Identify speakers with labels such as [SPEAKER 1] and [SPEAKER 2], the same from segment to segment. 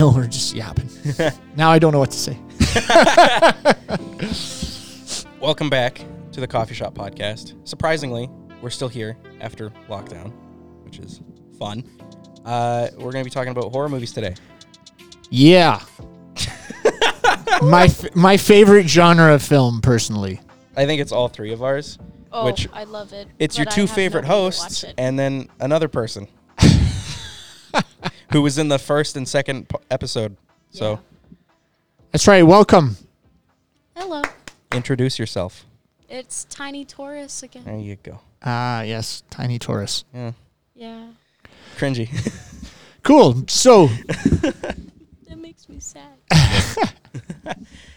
[SPEAKER 1] know we're just yapping. now I don't know what to say.
[SPEAKER 2] Welcome back to the Coffee Shop Podcast. Surprisingly, we're still here after lockdown, which is fun. Uh, we're going to be talking about horror movies today.
[SPEAKER 1] Yeah. my f- my favorite genre of film, personally.
[SPEAKER 2] I think it's all three of ours.
[SPEAKER 3] Oh,
[SPEAKER 2] Which-
[SPEAKER 3] I love it.
[SPEAKER 2] It's your
[SPEAKER 3] but I
[SPEAKER 2] two
[SPEAKER 3] have
[SPEAKER 2] favorite
[SPEAKER 3] nobody to watch
[SPEAKER 2] hosts
[SPEAKER 3] it.
[SPEAKER 2] and then another person who was in the first and second p- episode. So
[SPEAKER 1] That's right. Welcome.
[SPEAKER 3] Hello,
[SPEAKER 2] introduce yourself.
[SPEAKER 3] it's Tiny Taurus again.
[SPEAKER 2] There you go.
[SPEAKER 1] Ah, yes, Tiny Taurus.
[SPEAKER 2] Yeah.
[SPEAKER 3] Yeah,
[SPEAKER 2] Cringy.
[SPEAKER 1] Cool. So,
[SPEAKER 3] that makes me sad.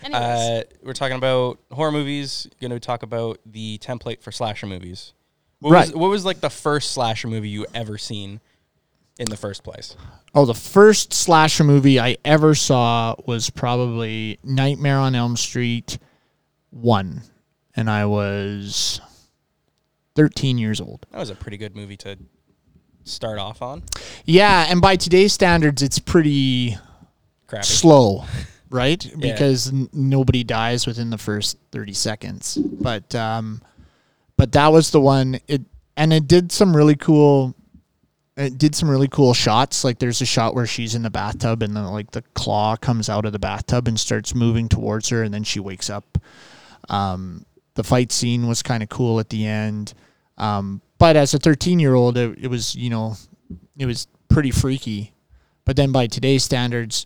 [SPEAKER 3] Anyways,
[SPEAKER 2] Uh, we're talking about horror movies. Going to talk about the template for slasher movies. What Was,
[SPEAKER 1] Right.
[SPEAKER 2] what was like the first slasher movie you ever seen in the first place?
[SPEAKER 1] oh, the first slasher movie I ever saw was probably Nightmare on Elm Street 1, and I was 13 years old.
[SPEAKER 2] That was a pretty good movie to start off on.
[SPEAKER 1] Yeah, and by today's standards, it's pretty
[SPEAKER 2] Crappy.
[SPEAKER 1] slow, right? Because n- nobody dies within the first 30 seconds. But um but that was the one it and it did some really cool it did some really cool shots. Like there's a shot where she's in the bathtub and then like the claw comes out of the bathtub and starts moving towards her and then she wakes up. Um the fight scene was kind of cool at the end. Um but as a 13-year-old it, it was, you know, it was pretty freaky. But then by today's standards,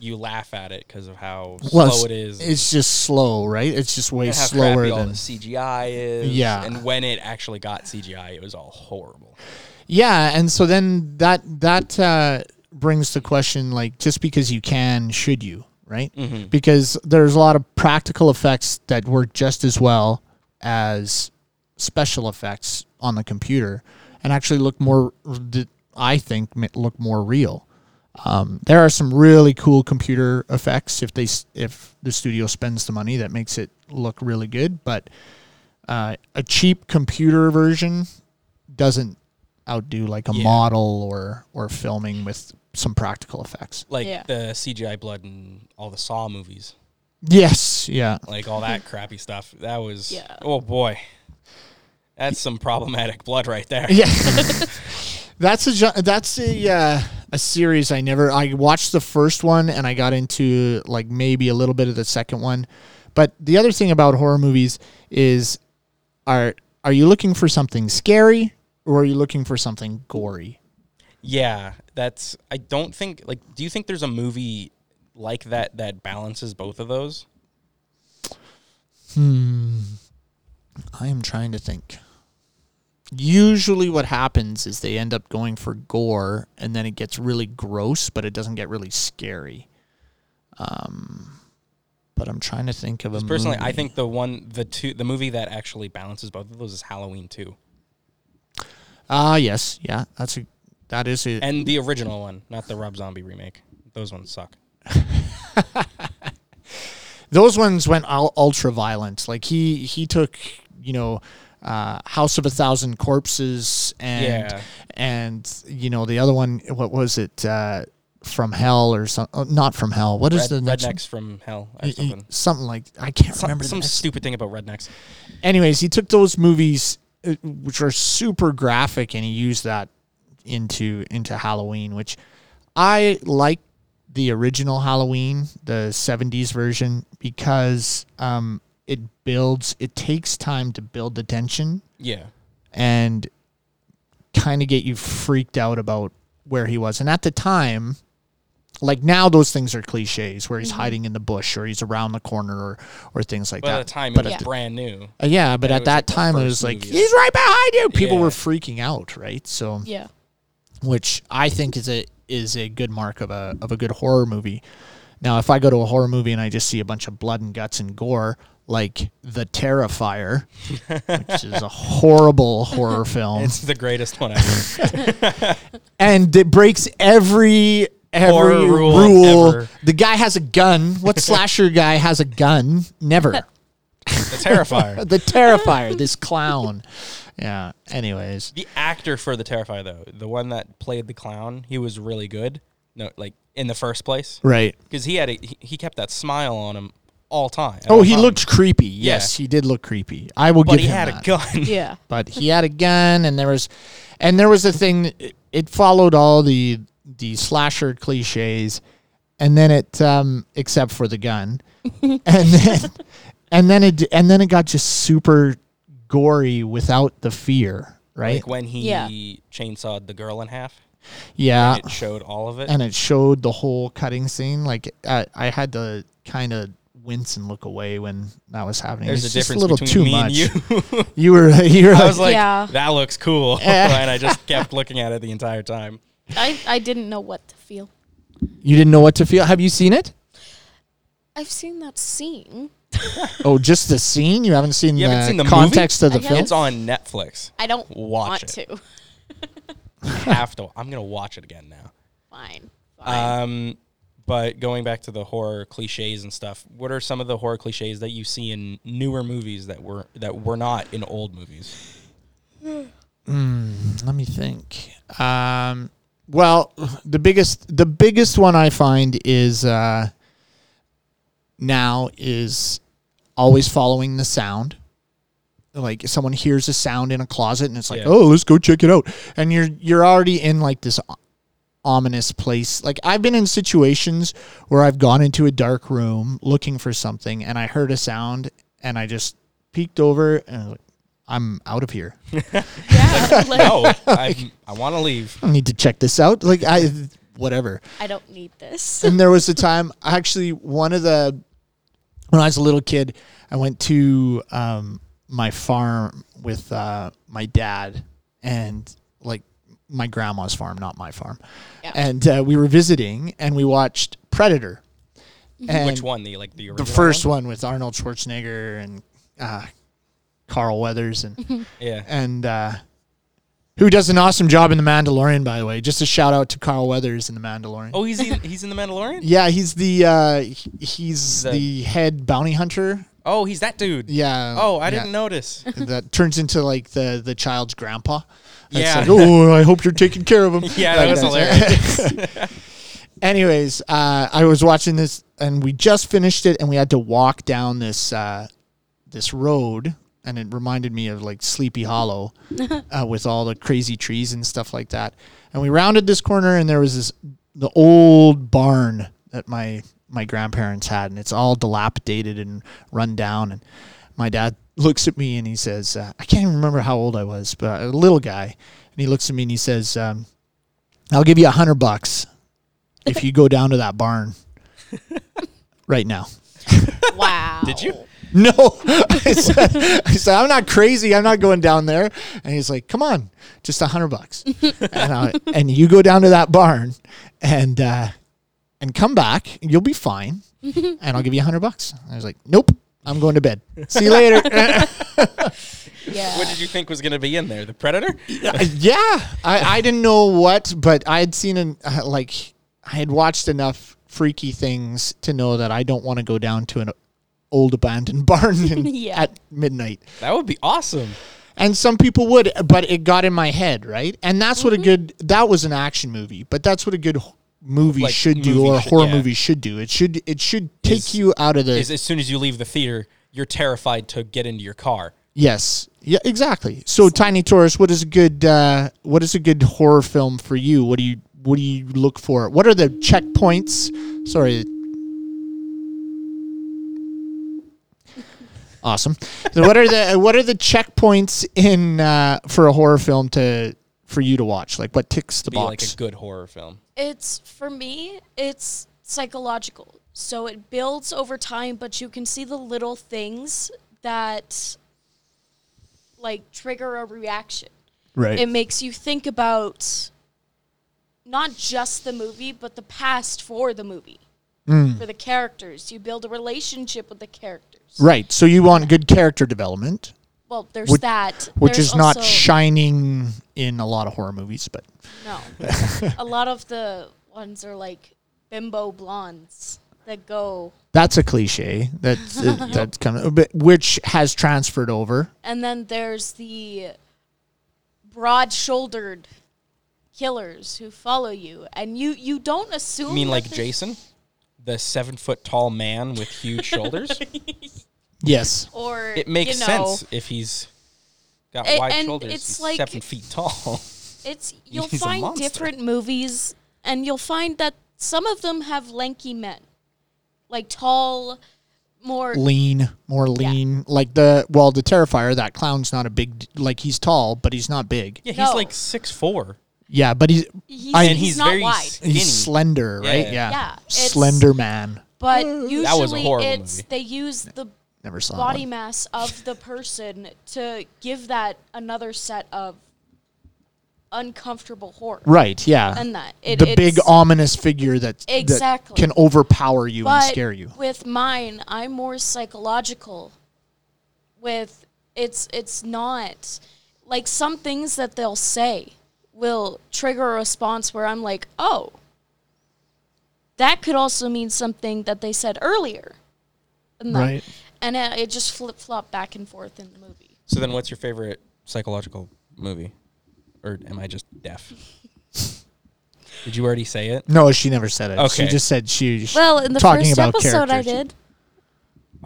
[SPEAKER 2] you laugh at it because of how
[SPEAKER 1] Well,
[SPEAKER 2] slow it is. and
[SPEAKER 1] It's just slow, right? It's just way
[SPEAKER 2] how
[SPEAKER 1] slower
[SPEAKER 2] crappy all
[SPEAKER 1] than
[SPEAKER 2] the CGI is.
[SPEAKER 1] Yeah.
[SPEAKER 2] And when it actually got CGI, it was all horrible.
[SPEAKER 1] yeah. And so then that that uh, brings the question: like, just because you can, should you? Right? Because there's a lot of practical effects that work just as well as special effects on the computer, and actually look more. that I think ma- look more real. Um, there are some really cool computer effects if they s- if the studio spends the money that makes it look really good, but uh, a cheap computer version doesn't outdo like a
[SPEAKER 2] Yeah.
[SPEAKER 1] model or or filming with some practical effects.
[SPEAKER 2] Like
[SPEAKER 3] Yeah.
[SPEAKER 2] the CGI blood and all the Saw movies,
[SPEAKER 1] Yes, yeah.
[SPEAKER 2] like all that crappy stuff. That was,
[SPEAKER 3] Yeah.
[SPEAKER 2] oh boy. That's some problematic blood right there.
[SPEAKER 1] Yeah. that's a gen- that's a uh, a series I never I watched the first one and I got into like maybe a little bit of the second one. But the other thing about horror movies is are are you looking for something scary or are you looking for something gory?
[SPEAKER 2] Yeah, that's. I don't think. Like, do you think there's a movie like that that balances both of those?
[SPEAKER 1] I am trying to think. Usually what happens is they end up going for gore and then it gets really gross but it doesn't get really scary. Um but I'm trying to think of a
[SPEAKER 2] Personally, I
[SPEAKER 1] movie.
[SPEAKER 2] think the one, the two, the movie that actually balances both of those is Halloween Two,
[SPEAKER 1] Ah, yes, yeah, that's a that is a
[SPEAKER 2] and the original one, not the Rob Zombie remake. Those ones suck.
[SPEAKER 1] those ones went all ultra violent. Like he he took you know uh, House of a Thousand Corpses and
[SPEAKER 2] Yeah.
[SPEAKER 1] and you know the other one what was it uh, from Hell or something? Oh, not from Hell. What is
[SPEAKER 2] Red,
[SPEAKER 1] the next? one?
[SPEAKER 2] rednecks from hell
[SPEAKER 1] Y-
[SPEAKER 2] or
[SPEAKER 1] y-
[SPEAKER 2] something.
[SPEAKER 1] Something like I can't
[SPEAKER 2] Some,
[SPEAKER 1] remember. the
[SPEAKER 2] some
[SPEAKER 1] next-
[SPEAKER 2] stupid thing about rednecks.
[SPEAKER 1] Anyways, he took those movies, uh, which are super graphic, and he used that into into Halloween, which I like the original Halloween, the '70s version, because um, it builds. It takes time to build the tension
[SPEAKER 2] Yeah,
[SPEAKER 1] and kind of get you freaked out about where he was. And at the time, like now, those things are cliches where he's hiding in the bush or he's around the corner or or things like
[SPEAKER 2] but
[SPEAKER 1] that.
[SPEAKER 2] at the time
[SPEAKER 1] but
[SPEAKER 2] it was
[SPEAKER 1] at the-
[SPEAKER 2] brand new.
[SPEAKER 1] uh, yeah, but
[SPEAKER 2] it
[SPEAKER 1] at
[SPEAKER 2] was, like,
[SPEAKER 1] that
[SPEAKER 2] the
[SPEAKER 1] time it
[SPEAKER 2] first
[SPEAKER 1] was like
[SPEAKER 2] movie.
[SPEAKER 1] he's right behind you. People
[SPEAKER 2] Yeah.
[SPEAKER 1] were freaking out, right? So,
[SPEAKER 3] yeah,
[SPEAKER 1] which I think is a is a good mark of a of a good horror movie. Now, if I go to a horror movie and I just see a bunch of blood and guts and gore, like The Terrifier, which is a horrible horror film,
[SPEAKER 2] It's the greatest one ever.
[SPEAKER 1] and it breaks every every
[SPEAKER 2] Horror rule
[SPEAKER 1] rule.
[SPEAKER 2] ever.
[SPEAKER 1] The guy has a gun. What slasher guy has a gun? Never.
[SPEAKER 2] the Terrifier.
[SPEAKER 1] The Terrifier, this clown. Yeah. Anyways.
[SPEAKER 2] The actor for the Terrifier though, the one that played the clown, he was really good. No, like in the first place
[SPEAKER 1] Right.
[SPEAKER 2] because he had a, he, he kept that smile on him all time. at
[SPEAKER 1] Oh,
[SPEAKER 2] all
[SPEAKER 1] he
[SPEAKER 2] times.
[SPEAKER 1] looked creepy. Yes, he did look creepy. I will
[SPEAKER 2] Uh-huh. but
[SPEAKER 1] give
[SPEAKER 2] he
[SPEAKER 1] him
[SPEAKER 2] had
[SPEAKER 1] that.
[SPEAKER 2] a gun.
[SPEAKER 4] Yeah.
[SPEAKER 1] but he had a gun and there was and there was a thing it- it followed all the the slasher cliches and then it um except for the gun and then and then it and then it got just super gory without the fear right
[SPEAKER 2] Like when he
[SPEAKER 4] Yeah.
[SPEAKER 2] chainsawed the girl in half,
[SPEAKER 1] yeah
[SPEAKER 2] it showed all of it.
[SPEAKER 1] and it showed the whole cutting scene like i, I had to kind of wince and look away when that was happening
[SPEAKER 2] There's
[SPEAKER 1] It's
[SPEAKER 2] a
[SPEAKER 1] just
[SPEAKER 2] difference
[SPEAKER 1] little too
[SPEAKER 2] between me
[SPEAKER 1] much
[SPEAKER 2] and you.
[SPEAKER 1] you were you were
[SPEAKER 2] I
[SPEAKER 1] like,
[SPEAKER 2] was like,
[SPEAKER 4] Yeah.
[SPEAKER 2] that looks cool, and I just kept looking at it the entire time.
[SPEAKER 3] I, I didn't know what to feel.
[SPEAKER 1] you didn't know what to feel have you seen it
[SPEAKER 3] I've seen that scene.
[SPEAKER 1] Oh, just the scene? You haven't seen,
[SPEAKER 2] You
[SPEAKER 1] the,
[SPEAKER 2] haven't seen the movie?
[SPEAKER 1] context of the
[SPEAKER 3] I
[SPEAKER 1] film?
[SPEAKER 2] It's on Netflix.
[SPEAKER 3] I don't
[SPEAKER 2] Watch
[SPEAKER 3] want to.
[SPEAKER 2] Have to. I'm gonna watch it again now.
[SPEAKER 3] Fine. Fine.
[SPEAKER 2] Um, but going back to the horror cliches and stuff, what are some of the horror cliches that you see in newer movies that were that were not in old movies?
[SPEAKER 1] Mm, Let me think. Um, well, the biggest the biggest one I find is uh, now is always following the sound. Like someone hears a sound in a closet and it's like,
[SPEAKER 2] Yeah.
[SPEAKER 1] "Oh, let's go check it out." And you're you're already in like this o- ominous place. Like I've been in situations where I've gone into a dark room looking for something and I heard a sound and I just peeked over and I was like, I'm out of here.
[SPEAKER 3] yeah. like,
[SPEAKER 2] No, I Oh, I want to leave.
[SPEAKER 1] I need to check this out. Like I, whatever.
[SPEAKER 3] I don't need this.
[SPEAKER 1] And there was a time, actually, one of the when I was a little kid, I went to um, my farm with uh, my dad and like my grandma's farm, not my farm.
[SPEAKER 4] Yeah.
[SPEAKER 1] And uh, we were visiting, and we watched Predator. And
[SPEAKER 2] Mm-hmm. Which one? The like the
[SPEAKER 1] The
[SPEAKER 2] original
[SPEAKER 1] first one with Arnold Schwarzenegger and uh, Carl Weathers and
[SPEAKER 2] Yeah.
[SPEAKER 1] and uh, who does an awesome job in The Mandalorian, by the way. Just a shout out to Carl Weathers in The Mandalorian.
[SPEAKER 2] Oh, he's in, he's in the Mandalorian.
[SPEAKER 1] Yeah, he's the uh, he- he's
[SPEAKER 2] The-
[SPEAKER 1] the, head bounty hunter.
[SPEAKER 2] Oh, he's that dude.
[SPEAKER 1] Yeah.
[SPEAKER 2] Oh, I didn't notice.
[SPEAKER 1] know. That turns into like the the child's grandpa. It's
[SPEAKER 2] Yeah.
[SPEAKER 1] like, oh, I hope you're taking care of him.
[SPEAKER 2] Yeah, that was hilarious.
[SPEAKER 1] Anyways, uh, I was watching this, and we just finished it, and we had to walk down this uh, this road, and it reminded me of like Sleepy Hollow, uh, with all the crazy trees and stuff like that. And we rounded this corner, and there was this the old barn that my my grandparents had, and it's all dilapidated and run down. And my dad looks at me and he says, uh, "I can't even remember how old I was, but a little guy." And he looks at me and he says, um, "I'll give you a hundred bucks if you go down to that barn right now."
[SPEAKER 4] Wow.
[SPEAKER 2] Did you?
[SPEAKER 1] No, I said, I said, I'm not crazy. I'm not going down there. And he's like, come on, just a hundred bucks. and, I, and you go down to that barn and, uh, and come back. You'll be fine. and I'll give you a hundred bucks. And I was like, nope, I'm going to bed. See you later.
[SPEAKER 4] Yeah.
[SPEAKER 2] What did you think was gonna be in there? The Predator?
[SPEAKER 1] Uh, yeah. I, I didn't know what, but I had seen an, uh, like, I had watched enough freaky things to know that I don't want to go down to an old abandoned barn in,
[SPEAKER 3] Yeah.
[SPEAKER 1] at midnight.
[SPEAKER 2] That would be awesome.
[SPEAKER 1] and some people would uh, but it got in my head right and that's what a good that was an action movie but that's what a good h- movie
[SPEAKER 2] Like,
[SPEAKER 1] should do
[SPEAKER 2] movie
[SPEAKER 1] or a
[SPEAKER 2] should-
[SPEAKER 1] horror
[SPEAKER 2] yeah.
[SPEAKER 1] movie should do it should it should take
[SPEAKER 2] Is-
[SPEAKER 1] you out of the
[SPEAKER 2] Is as soon as you leave the theater, you're terrified to get into your car.
[SPEAKER 1] yes yeah exactly so tiny taurus what is a good uh what is a good horror film for you what do you what do you look for what are the checkpoints sorry awesome so what are the what are the checkpoints in uh for a horror film to for you to watch like what ticks the
[SPEAKER 2] Be
[SPEAKER 1] box
[SPEAKER 2] like a good horror film.
[SPEAKER 3] It's for me, it's psychological. So it builds over time, but you can see the little things that like trigger a reaction.
[SPEAKER 1] Right.
[SPEAKER 3] It makes you think about not just the movie, but the past for the movie.
[SPEAKER 1] Mm.
[SPEAKER 3] For the characters, you build a relationship with the characters.
[SPEAKER 1] right. So you want good character development,
[SPEAKER 3] Well, there's
[SPEAKER 1] Which-
[SPEAKER 3] that,
[SPEAKER 1] which
[SPEAKER 3] There's
[SPEAKER 1] is not
[SPEAKER 3] also-
[SPEAKER 1] shining in a lot of horror movies, but
[SPEAKER 3] No. a lot of the ones are like bimbo blondes that go.
[SPEAKER 1] that's a cliche that's uh, that's coming but which has transferred over.
[SPEAKER 3] And then there's the broad shouldered killers who follow you, and you you don't assume.
[SPEAKER 2] You mean
[SPEAKER 3] that
[SPEAKER 2] like
[SPEAKER 3] the-
[SPEAKER 2] Jason, the seven foot tall man with huge shoulders?
[SPEAKER 1] Yes.
[SPEAKER 4] Or
[SPEAKER 2] It makes
[SPEAKER 4] you know,
[SPEAKER 2] sense if he's got
[SPEAKER 3] A-
[SPEAKER 2] wide
[SPEAKER 3] and
[SPEAKER 2] shoulders.
[SPEAKER 3] it's
[SPEAKER 2] he's
[SPEAKER 3] like-
[SPEAKER 2] seven feet tall.
[SPEAKER 3] It's you'll
[SPEAKER 2] He's a
[SPEAKER 3] find
[SPEAKER 2] monster.
[SPEAKER 3] different movies, and you'll find that some of them have lanky men, like tall, more
[SPEAKER 1] Lean, more lean. Like the well, the Terrifier. That clown's not a big. Like he's tall, but he's not big.
[SPEAKER 2] yeah, he's
[SPEAKER 3] No.
[SPEAKER 2] like six four.
[SPEAKER 1] Yeah, but he's
[SPEAKER 3] he's,
[SPEAKER 1] I-
[SPEAKER 3] he's,
[SPEAKER 1] And
[SPEAKER 2] he's
[SPEAKER 3] not
[SPEAKER 2] very
[SPEAKER 3] wide,
[SPEAKER 2] s-
[SPEAKER 1] he's
[SPEAKER 2] Skinny.
[SPEAKER 1] slender,
[SPEAKER 2] Yeah,
[SPEAKER 1] right?
[SPEAKER 2] yeah.
[SPEAKER 1] Yeah.
[SPEAKER 3] Yeah, it's-
[SPEAKER 1] Slender man.
[SPEAKER 3] but
[SPEAKER 2] That was a
[SPEAKER 3] usually
[SPEAKER 2] horrible
[SPEAKER 3] it's
[SPEAKER 2] movie.
[SPEAKER 3] they use the
[SPEAKER 1] Never saw
[SPEAKER 3] body
[SPEAKER 1] one.
[SPEAKER 3] mass of the person to give that another set of uncomfortable horror.
[SPEAKER 1] Right. Yeah.
[SPEAKER 3] And that it,
[SPEAKER 1] the big
[SPEAKER 3] it's-
[SPEAKER 1] ominous figure that that
[SPEAKER 3] Exactly.
[SPEAKER 1] can overpower you
[SPEAKER 3] but
[SPEAKER 1] and scare you.
[SPEAKER 3] With mine, I'm more psychological. With it's it's not like some things that they'll say will trigger a response where I'm like, oh, that could also mean something that they said earlier, and that-
[SPEAKER 1] Right.
[SPEAKER 3] And it, it just flip flop back and forth in the movie.
[SPEAKER 2] So then, what's your favorite psychological movie? Or am I just deaf? Did you already say it?
[SPEAKER 1] No, she never said it. She
[SPEAKER 2] Okay.
[SPEAKER 1] just said she. she-
[SPEAKER 3] Well, in the
[SPEAKER 1] talking
[SPEAKER 3] first
[SPEAKER 1] about
[SPEAKER 3] episode, I
[SPEAKER 1] characters.
[SPEAKER 3] did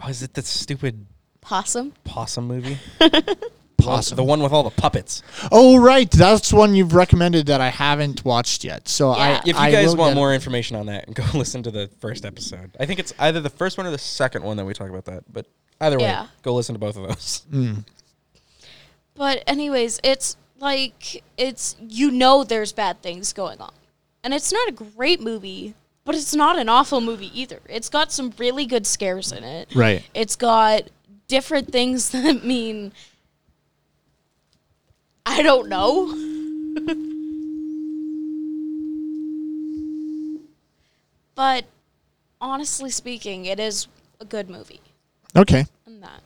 [SPEAKER 2] Oh, is it that stupid
[SPEAKER 3] possum.
[SPEAKER 2] possum movie?
[SPEAKER 1] Possum.
[SPEAKER 2] The one with all the puppets.
[SPEAKER 1] Oh, right. That's one you've recommended that I haven't watched yet. So I.
[SPEAKER 3] Yeah.
[SPEAKER 2] If you
[SPEAKER 1] I
[SPEAKER 2] guys
[SPEAKER 1] will
[SPEAKER 2] want
[SPEAKER 1] get-
[SPEAKER 2] more information on that, go listen to the first episode. I think it's either the first one or the second one that we talk about that. But either way,
[SPEAKER 3] Yeah.
[SPEAKER 2] go listen to both of those.
[SPEAKER 1] Mm.
[SPEAKER 3] But anyways, it's like it's you know there's bad things going on. And it's not a great movie, but it's not an awful movie either. It's got some really good scares in it.
[SPEAKER 1] Right.
[SPEAKER 3] It's got different things that mean I don't know. but honestly speaking, it is a good movie
[SPEAKER 1] Okay.
[SPEAKER 3] and that.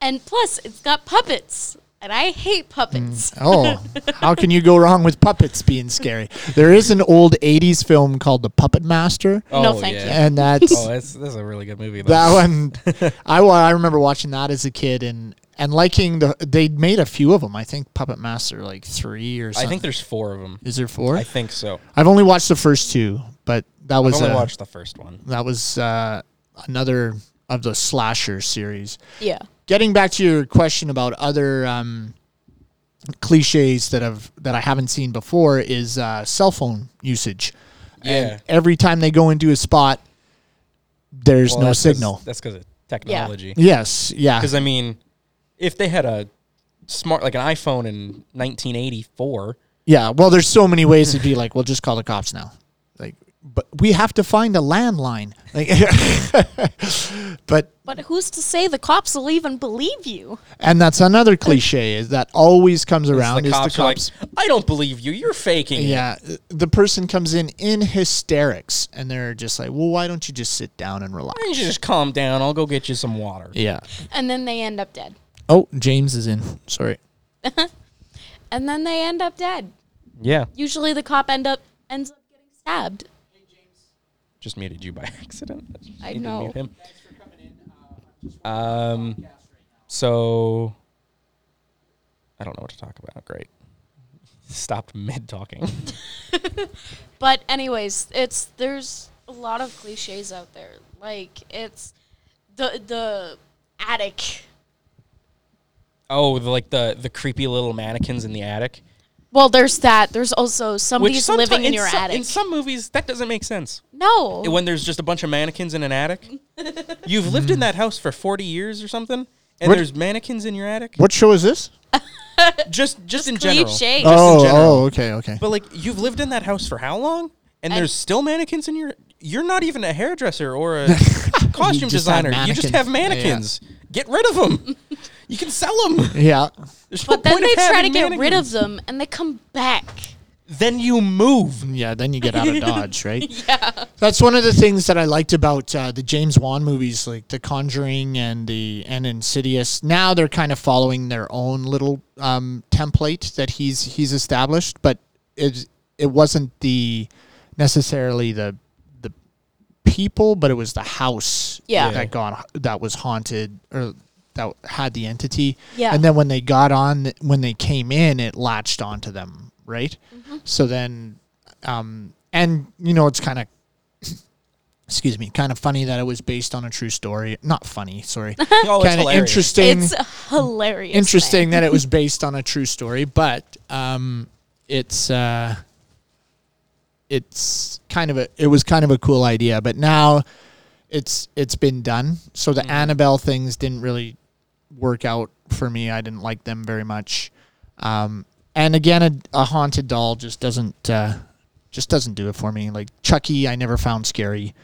[SPEAKER 3] And plus, it's got puppets, and I hate puppets.
[SPEAKER 2] Mm.
[SPEAKER 1] Oh, how can you go wrong with puppets being scary? There is an old 80s film called The Puppet Master,
[SPEAKER 3] No, thank you.
[SPEAKER 1] and that's
[SPEAKER 2] Oh, that's that's a really good movie. though.
[SPEAKER 1] that one. I, wa- I remember watching that as a kid and, and liking the. They made a few of them. I think Puppet Master, like three or
[SPEAKER 2] I
[SPEAKER 1] something.
[SPEAKER 2] think there's four of them.
[SPEAKER 1] Is there four?
[SPEAKER 2] I think so.
[SPEAKER 1] I've only watched the first two, but that
[SPEAKER 2] I've
[SPEAKER 1] was
[SPEAKER 2] only
[SPEAKER 1] a,
[SPEAKER 2] watched the first one.
[SPEAKER 1] that was uh, another of the slasher series.
[SPEAKER 3] Yeah.
[SPEAKER 1] Getting back to your question about other um, cliches that have that I haven't seen before is uh, cell phone usage.
[SPEAKER 2] Yeah.
[SPEAKER 1] And every time they go into a spot, there's
[SPEAKER 2] Well,
[SPEAKER 1] no
[SPEAKER 2] that's 'cause-
[SPEAKER 1] signal.
[SPEAKER 2] That's because of technology.
[SPEAKER 1] Yes. Yeah.
[SPEAKER 2] Because I mean, if they had a smart like an iPhone in 1984,
[SPEAKER 1] Yeah. Well, there's so many ways to be like, well, just call the cops now. Like, but we have to find a landline. Like, but
[SPEAKER 3] But who's to say the cops will even believe you?
[SPEAKER 1] And that's another cliche is that always comes around
[SPEAKER 2] the
[SPEAKER 1] is
[SPEAKER 2] cops
[SPEAKER 1] the
[SPEAKER 2] are like,
[SPEAKER 1] cops.
[SPEAKER 2] "I don't believe you. You're faking." it."
[SPEAKER 1] yeah, the person comes in in hysterics and they're just like, "Well, why don't you just sit down and relax?"
[SPEAKER 2] Why don't you just calm down? I'll go get you some water.
[SPEAKER 1] Yeah.
[SPEAKER 3] And then they end up dead.
[SPEAKER 1] Oh, James is in. Sorry.
[SPEAKER 3] And then they end up dead.
[SPEAKER 2] Yeah.
[SPEAKER 3] Usually the cop end up ends up getting stabbed.
[SPEAKER 2] Just muted you by accident.
[SPEAKER 3] I
[SPEAKER 2] Need to
[SPEAKER 3] know.
[SPEAKER 2] mute him. Um, so I don't know what to talk about. Great. Stopped mid talking.
[SPEAKER 3] But anyways, it's there's a lot of cliches out there. Like it's the the attic.
[SPEAKER 2] oh, the, like the the creepy little mannequins in the attic.
[SPEAKER 3] Well, there's that. There's also somebody's
[SPEAKER 2] someti-
[SPEAKER 3] living in your
[SPEAKER 2] some,
[SPEAKER 3] attic.
[SPEAKER 2] In some movies, that doesn't make sense.
[SPEAKER 3] no.
[SPEAKER 2] When there's just a bunch of mannequins in an attic, you've lived in that house for forty years or something, and
[SPEAKER 1] What-
[SPEAKER 2] there's mannequins in your attic.
[SPEAKER 1] What show is this?
[SPEAKER 2] Just, just in general.
[SPEAKER 3] Cliche.
[SPEAKER 1] oh,
[SPEAKER 2] general.
[SPEAKER 1] oh, okay, okay.
[SPEAKER 2] But like, you've lived in that house for how long? And
[SPEAKER 3] And-
[SPEAKER 2] there's still mannequins in your. You're not even a hairdresser or a costume
[SPEAKER 1] just have
[SPEAKER 2] designer. You
[SPEAKER 1] mannequins.
[SPEAKER 2] just have
[SPEAKER 1] Yeah.
[SPEAKER 2] mannequins. Get rid of them. you can sell them.
[SPEAKER 1] Yeah.
[SPEAKER 3] But then they try to get rid of them and they come back.
[SPEAKER 2] Then you move.
[SPEAKER 1] Mm, Yeah, then you get out of dodge, right? yeah. That's one of the things that I liked about uh, the James Wan movies, like The Conjuring and the and Insidious. Now they're kind of following their own little um, template that he's he's established, but it it wasn't the necessarily the the people, but it was the house
[SPEAKER 3] Yeah.
[SPEAKER 1] that got that was haunted or that had the entity.
[SPEAKER 3] Yeah.
[SPEAKER 1] And then when they got on, when they came in, it latched onto them right?
[SPEAKER 2] Mm-hmm.
[SPEAKER 1] So then, um, and you know, it's kind of, excuse me, kind of funny that it was based on a true story. Not funny, sorry.
[SPEAKER 2] Oh, it's
[SPEAKER 1] kind of
[SPEAKER 2] hilarious.
[SPEAKER 1] interesting.
[SPEAKER 3] It's hilarious. man.
[SPEAKER 1] interesting that it was based on a true story, but um, it's uh, it's kind of a it was kind of a cool idea, but now it's it's been done. So
[SPEAKER 2] Mm-hmm.
[SPEAKER 1] the Annabelle things didn't really work out for me. I didn't like them very much, um, and again, a, a haunted doll just doesn't uh, just doesn't do it for me. Like Chucky, I never found scary.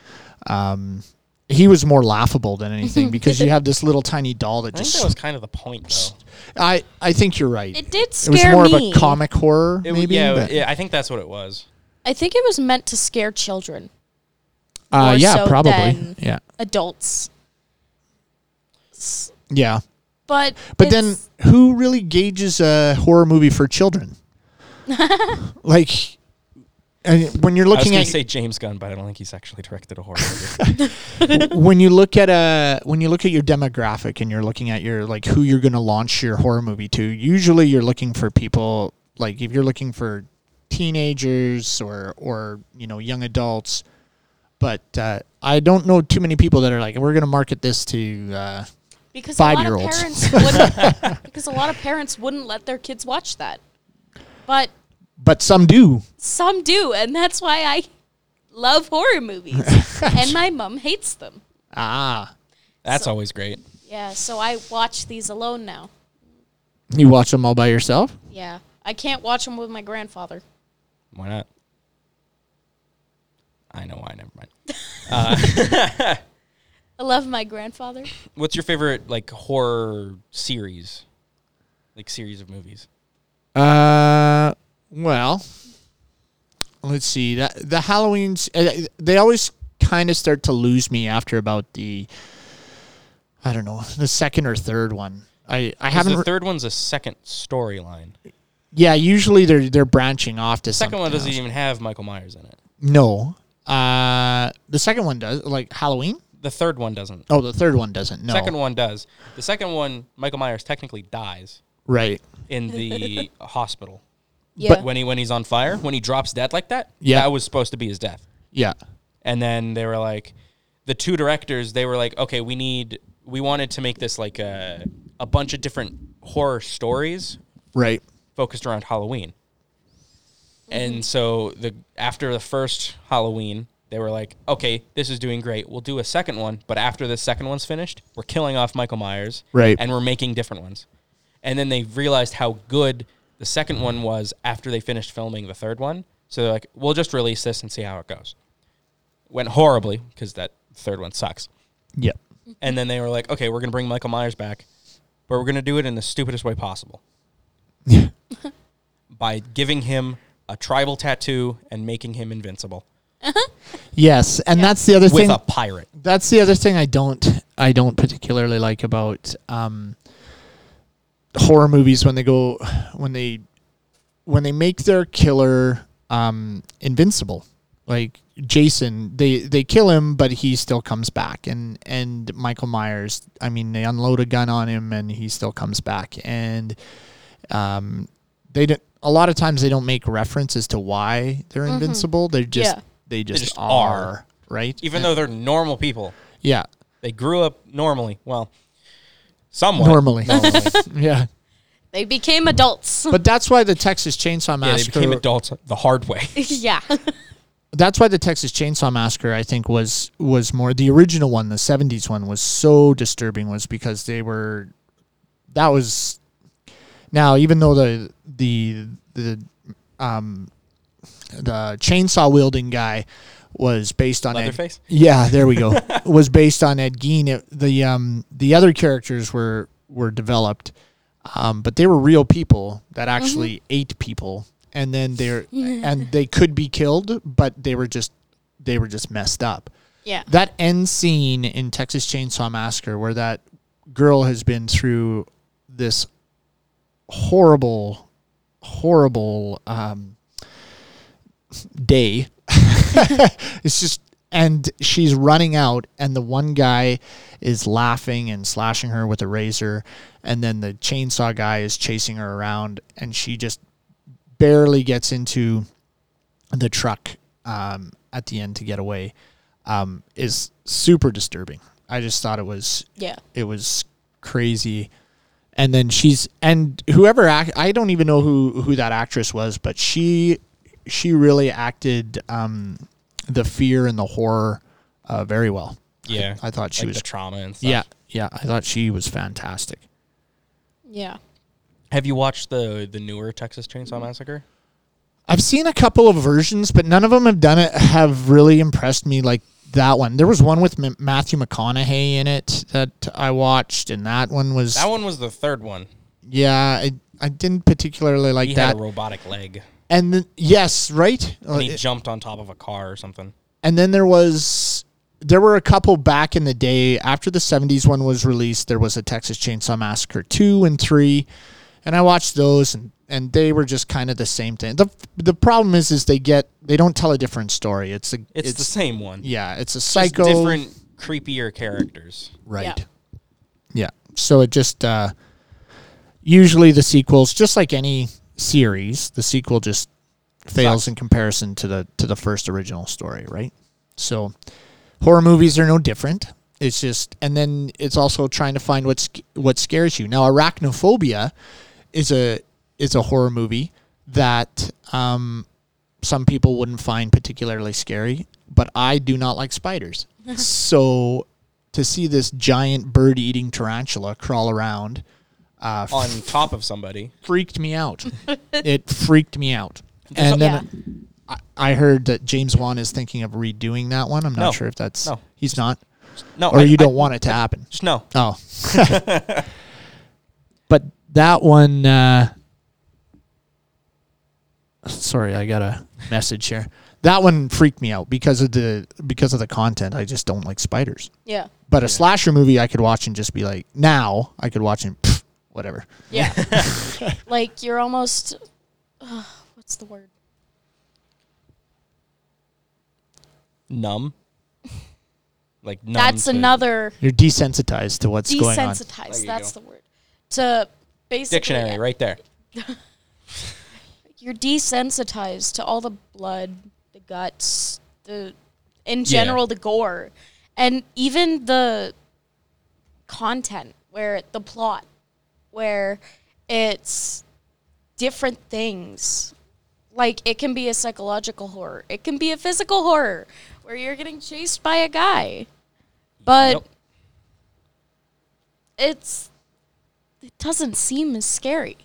[SPEAKER 1] Um, he was more laughable than anything because you have this little tiny doll that
[SPEAKER 2] I think
[SPEAKER 1] just
[SPEAKER 2] that was kind of the point, though.
[SPEAKER 1] I I think you're right.
[SPEAKER 3] It did
[SPEAKER 1] It was
[SPEAKER 3] scare
[SPEAKER 1] more
[SPEAKER 3] me.
[SPEAKER 1] of a comic horror,
[SPEAKER 2] It,
[SPEAKER 1] maybe.
[SPEAKER 2] maybe, yeah,
[SPEAKER 1] but-
[SPEAKER 2] yeah, I think that's what it was.
[SPEAKER 3] I think it was meant to scare children,
[SPEAKER 1] uh,
[SPEAKER 3] more
[SPEAKER 1] yeah,
[SPEAKER 3] so
[SPEAKER 1] probably.
[SPEAKER 3] than-
[SPEAKER 1] yeah,
[SPEAKER 3] adults. S-
[SPEAKER 1] yeah.
[SPEAKER 3] But
[SPEAKER 1] But
[SPEAKER 3] it's-
[SPEAKER 1] then, who really gauges a horror movie for children? like, and when you're
[SPEAKER 2] I was
[SPEAKER 1] looking
[SPEAKER 2] going
[SPEAKER 1] at
[SPEAKER 2] to say James Gunn, but I don't think he's actually directed a horror movie.
[SPEAKER 1] when you look at a when you look at your demographic and you're looking at your like who you're going to launch your horror movie to usually you're looking for people like if you're looking for teenagers or or you know young adults but uh, i don't know too many people that are like we're going to market this to uh,
[SPEAKER 3] because a lot of
[SPEAKER 1] five-year-olds.
[SPEAKER 3] parents wouldn't, because a lot of parents wouldn't let their kids watch that. But
[SPEAKER 1] but some do
[SPEAKER 3] some do, and that's why I love horror movies. and my mom hates them.
[SPEAKER 1] ah
[SPEAKER 2] That's always great.
[SPEAKER 3] Yeah, so I watch these alone now.
[SPEAKER 1] you watch them all by yourself
[SPEAKER 3] Yeah. I can't watch them with my grandfather.
[SPEAKER 2] Why not? I know why. Never mind.
[SPEAKER 3] I love my grandfather.
[SPEAKER 2] What's your favorite like horror series, like series of movies?
[SPEAKER 1] Uh, well, let's see. That the Halloween's uh, they always kind of start to lose me after about the I don't know the second or third one. I I
[SPEAKER 2] 'Cause
[SPEAKER 1] haven't.
[SPEAKER 2] the
[SPEAKER 1] re-
[SPEAKER 2] third one's a second storyline.
[SPEAKER 1] yeah, usually they're they're branching off to
[SPEAKER 2] Second one
[SPEAKER 1] something
[SPEAKER 2] doesn't
[SPEAKER 1] else.
[SPEAKER 2] even have Michael Myers in it.
[SPEAKER 1] No. Uh, the second one does like Halloween.
[SPEAKER 2] The third one doesn't.
[SPEAKER 1] Oh, the third one doesn't. No.
[SPEAKER 2] Second one does. The second one, Michael Myers technically dies
[SPEAKER 1] Right.
[SPEAKER 2] in the hospital.
[SPEAKER 3] Yeah.
[SPEAKER 1] But
[SPEAKER 2] When he when he's on fire, when he drops dead like that,
[SPEAKER 1] Yeah.
[SPEAKER 2] that was supposed to be his death.
[SPEAKER 1] Yeah.
[SPEAKER 2] and then they were like the two directors they were like okay we need we wanted to make this like a, a bunch of different horror stories
[SPEAKER 1] Right.
[SPEAKER 2] focused around halloween and so the after the first halloween they were like okay this is doing great we'll do a second one but after the second one's finished we're killing off michael myers
[SPEAKER 1] Right.
[SPEAKER 2] and we're making different ones and then they realized how good the second one was after they finished filming the third one so they're like we'll just release this and see how it goes went horribly because that third one sucks.
[SPEAKER 1] Yeah.
[SPEAKER 2] And then they were like, okay, we're going to bring Michael Myers back, but we're going to do it in the stupidest way possible by giving him a tribal tattoo and making him invincible
[SPEAKER 1] yes, and that's the other
[SPEAKER 2] with
[SPEAKER 1] thing.
[SPEAKER 2] a pirate.
[SPEAKER 1] that's the other thing I don't I don't particularly like about um, horror movies when they go when they when they make their killer um, invincible. Like Jason, they they kill him, but he still comes back. And and Michael Myers, I mean, they unload a gun on him, and he still comes back. And um, they don't. A lot of times they don't make references to why they're invincible. They're just
[SPEAKER 3] Yeah.
[SPEAKER 1] they just,
[SPEAKER 2] just
[SPEAKER 1] are,
[SPEAKER 2] are.
[SPEAKER 1] right.
[SPEAKER 2] Even though they're normal people,
[SPEAKER 1] yeah,
[SPEAKER 2] they grew up normally. Well, somewhat.
[SPEAKER 1] Normally.
[SPEAKER 2] normally.
[SPEAKER 1] yeah.
[SPEAKER 3] they became adults.
[SPEAKER 1] But that's why the Texas Chainsaw
[SPEAKER 2] yeah, they
[SPEAKER 1] Massacre.
[SPEAKER 2] became adults the hard way.
[SPEAKER 3] yeah.
[SPEAKER 1] that's why the Texas Chainsaw Massacre, I think, was was more the original one, the '70s one, was so disturbing. Was because they were that was now even though the the the um the chainsaw wielding guy was based on Ed,
[SPEAKER 2] Leatherface?
[SPEAKER 1] Yeah, there we go. was based on Ed Gein. It, the um the other characters were were developed, um, but they were real people that actually ate people, and then they're and they could be killed, but they were just they were just messed up.
[SPEAKER 3] Yeah.
[SPEAKER 1] That end scene in Texas Chainsaw Massacre, where that girl has been through this horrible, horrible um, day. it's just, and she's running out, and the one guy is laughing and slashing her with a razor, and then the chainsaw guy is chasing her around, and she just barely gets into the truck um, at the end to get away um, is super disturbing. I just thought it was
[SPEAKER 3] Yeah.
[SPEAKER 1] it was crazy. And then she's and whoever act, I don't even know who who that actress was, but she she really acted um, the fear and the horror uh, very well.
[SPEAKER 2] Yeah.
[SPEAKER 1] I thought she
[SPEAKER 2] like
[SPEAKER 1] was
[SPEAKER 2] the trauma and stuff.
[SPEAKER 1] yeah yeah I thought she was fantastic.
[SPEAKER 3] Yeah.
[SPEAKER 2] Have you watched the the newer Texas Chainsaw Massacre?
[SPEAKER 1] I've seen a couple of versions, but none of them have done it. Have really impressed me like that one. There was one with M- Matthew McConaughey in it that I watched, and that one was
[SPEAKER 2] That one was the third one.
[SPEAKER 1] yeah. I, I didn't particularly like
[SPEAKER 2] He
[SPEAKER 1] that.
[SPEAKER 2] had a robotic leg.
[SPEAKER 1] and then, yes, right. Uh,
[SPEAKER 2] And he jumped on top of a car or something.
[SPEAKER 1] and then there was there were a couple back in the day after the 70s one was released there was a texas chainsaw massacre 2 and 3 and i watched those and and they were just kind of the same thing the the problem is is they get they don't tell a different story it's a
[SPEAKER 2] It's, the same one.
[SPEAKER 1] yeah it's a
[SPEAKER 2] Just
[SPEAKER 1] psycho
[SPEAKER 2] different creepier characters.
[SPEAKER 1] right
[SPEAKER 3] Yeah.
[SPEAKER 1] yeah so it just uh usually the sequels just like any series the sequel just fails
[SPEAKER 2] Sucks.
[SPEAKER 1] in comparison to the to the first original story right so horror movies are no different it's just and then it's also trying to find what's what scares you now arachnophobia is a is a horror movie that um some people wouldn't find particularly scary but i do not like spiders so to see this giant bird eating tarantula crawl around uh,
[SPEAKER 2] On top of somebody.
[SPEAKER 1] freaked me out. it freaked me out. And
[SPEAKER 3] Yeah.
[SPEAKER 1] then I, I heard that James Wan is thinking of redoing that one. I'm not
[SPEAKER 2] No.
[SPEAKER 1] sure if that's
[SPEAKER 2] No.
[SPEAKER 1] he's not,
[SPEAKER 2] No,
[SPEAKER 1] or
[SPEAKER 2] I-
[SPEAKER 1] you
[SPEAKER 2] I-
[SPEAKER 1] don't want it to happen.
[SPEAKER 2] just no.
[SPEAKER 1] Oh, but that one. Uh, sorry, I got a message here. That one freaked me out because of the because of the content. I just don't like spiders.
[SPEAKER 3] Yeah.
[SPEAKER 1] But a slasher movie, I could watch and just be like, now I could watch and pff, whatever.
[SPEAKER 3] Yeah. like you're almost uh, what's the word?
[SPEAKER 2] Numb. Like numb.
[SPEAKER 3] That's
[SPEAKER 2] to-
[SPEAKER 3] another
[SPEAKER 1] You're desensitized to what's going on.
[SPEAKER 2] There
[SPEAKER 3] desensitized.
[SPEAKER 2] you
[SPEAKER 3] That's
[SPEAKER 2] go.
[SPEAKER 3] the word. To basically
[SPEAKER 2] dictionary right there.
[SPEAKER 3] you're desensitized to all the blood, the guts, the in general the gore, and even the content where the plot where it's different things. Like it can be a psychological horror. It can be a physical horror where you're getting chased by a guy. But
[SPEAKER 2] Yep.
[SPEAKER 3] it's it doesn't seem as scary.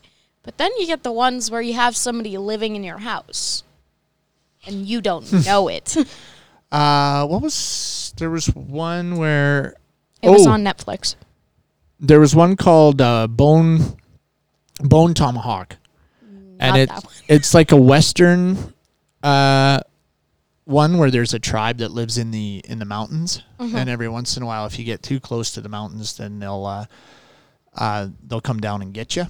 [SPEAKER 3] But then you get the ones where you have somebody living in your house and you don't know it. It
[SPEAKER 1] Uh, what was there was one where
[SPEAKER 3] was
[SPEAKER 1] Oh.
[SPEAKER 3] on Netflix.
[SPEAKER 1] there was one called uh, Bone Bone Tomahawk, and
[SPEAKER 3] Mm, Not
[SPEAKER 1] it
[SPEAKER 3] that one.
[SPEAKER 1] it's like a western uh, one where there's a tribe that lives in the in the mountains,
[SPEAKER 3] Mm-hmm.
[SPEAKER 1] and every once in a while, if you get too close to the mountains, then they'll uh, uh, they'll come down and get you.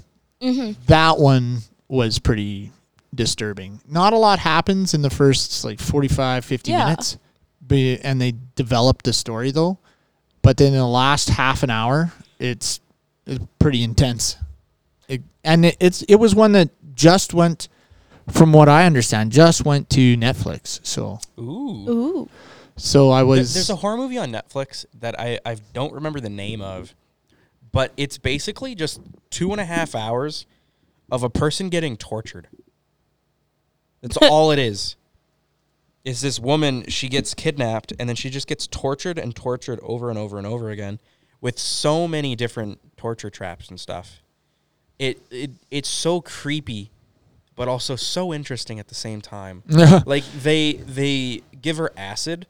[SPEAKER 1] That one was pretty disturbing. Not a lot happens in the first like 45, 50
[SPEAKER 3] Yeah.
[SPEAKER 1] minutes, be, and they develop the story though. But then in the last half an hour, it's, it's pretty intense. It, and it, it's it was one that just went, from what I understand, just went to Netflix. So
[SPEAKER 2] Ooh.
[SPEAKER 3] Ooh.
[SPEAKER 1] so I
[SPEAKER 2] There-
[SPEAKER 1] was
[SPEAKER 2] There's a horror movie on Netflix that I, I don't remember the name of, but it's basically just two and a half hours of a person getting tortured. That's all it is. Is this woman, she gets kidnapped and then she just gets tortured and tortured over and over and over again with so many different torture traps and stuff. It, it it's so creepy, but also so interesting at the same time. like they they give her acid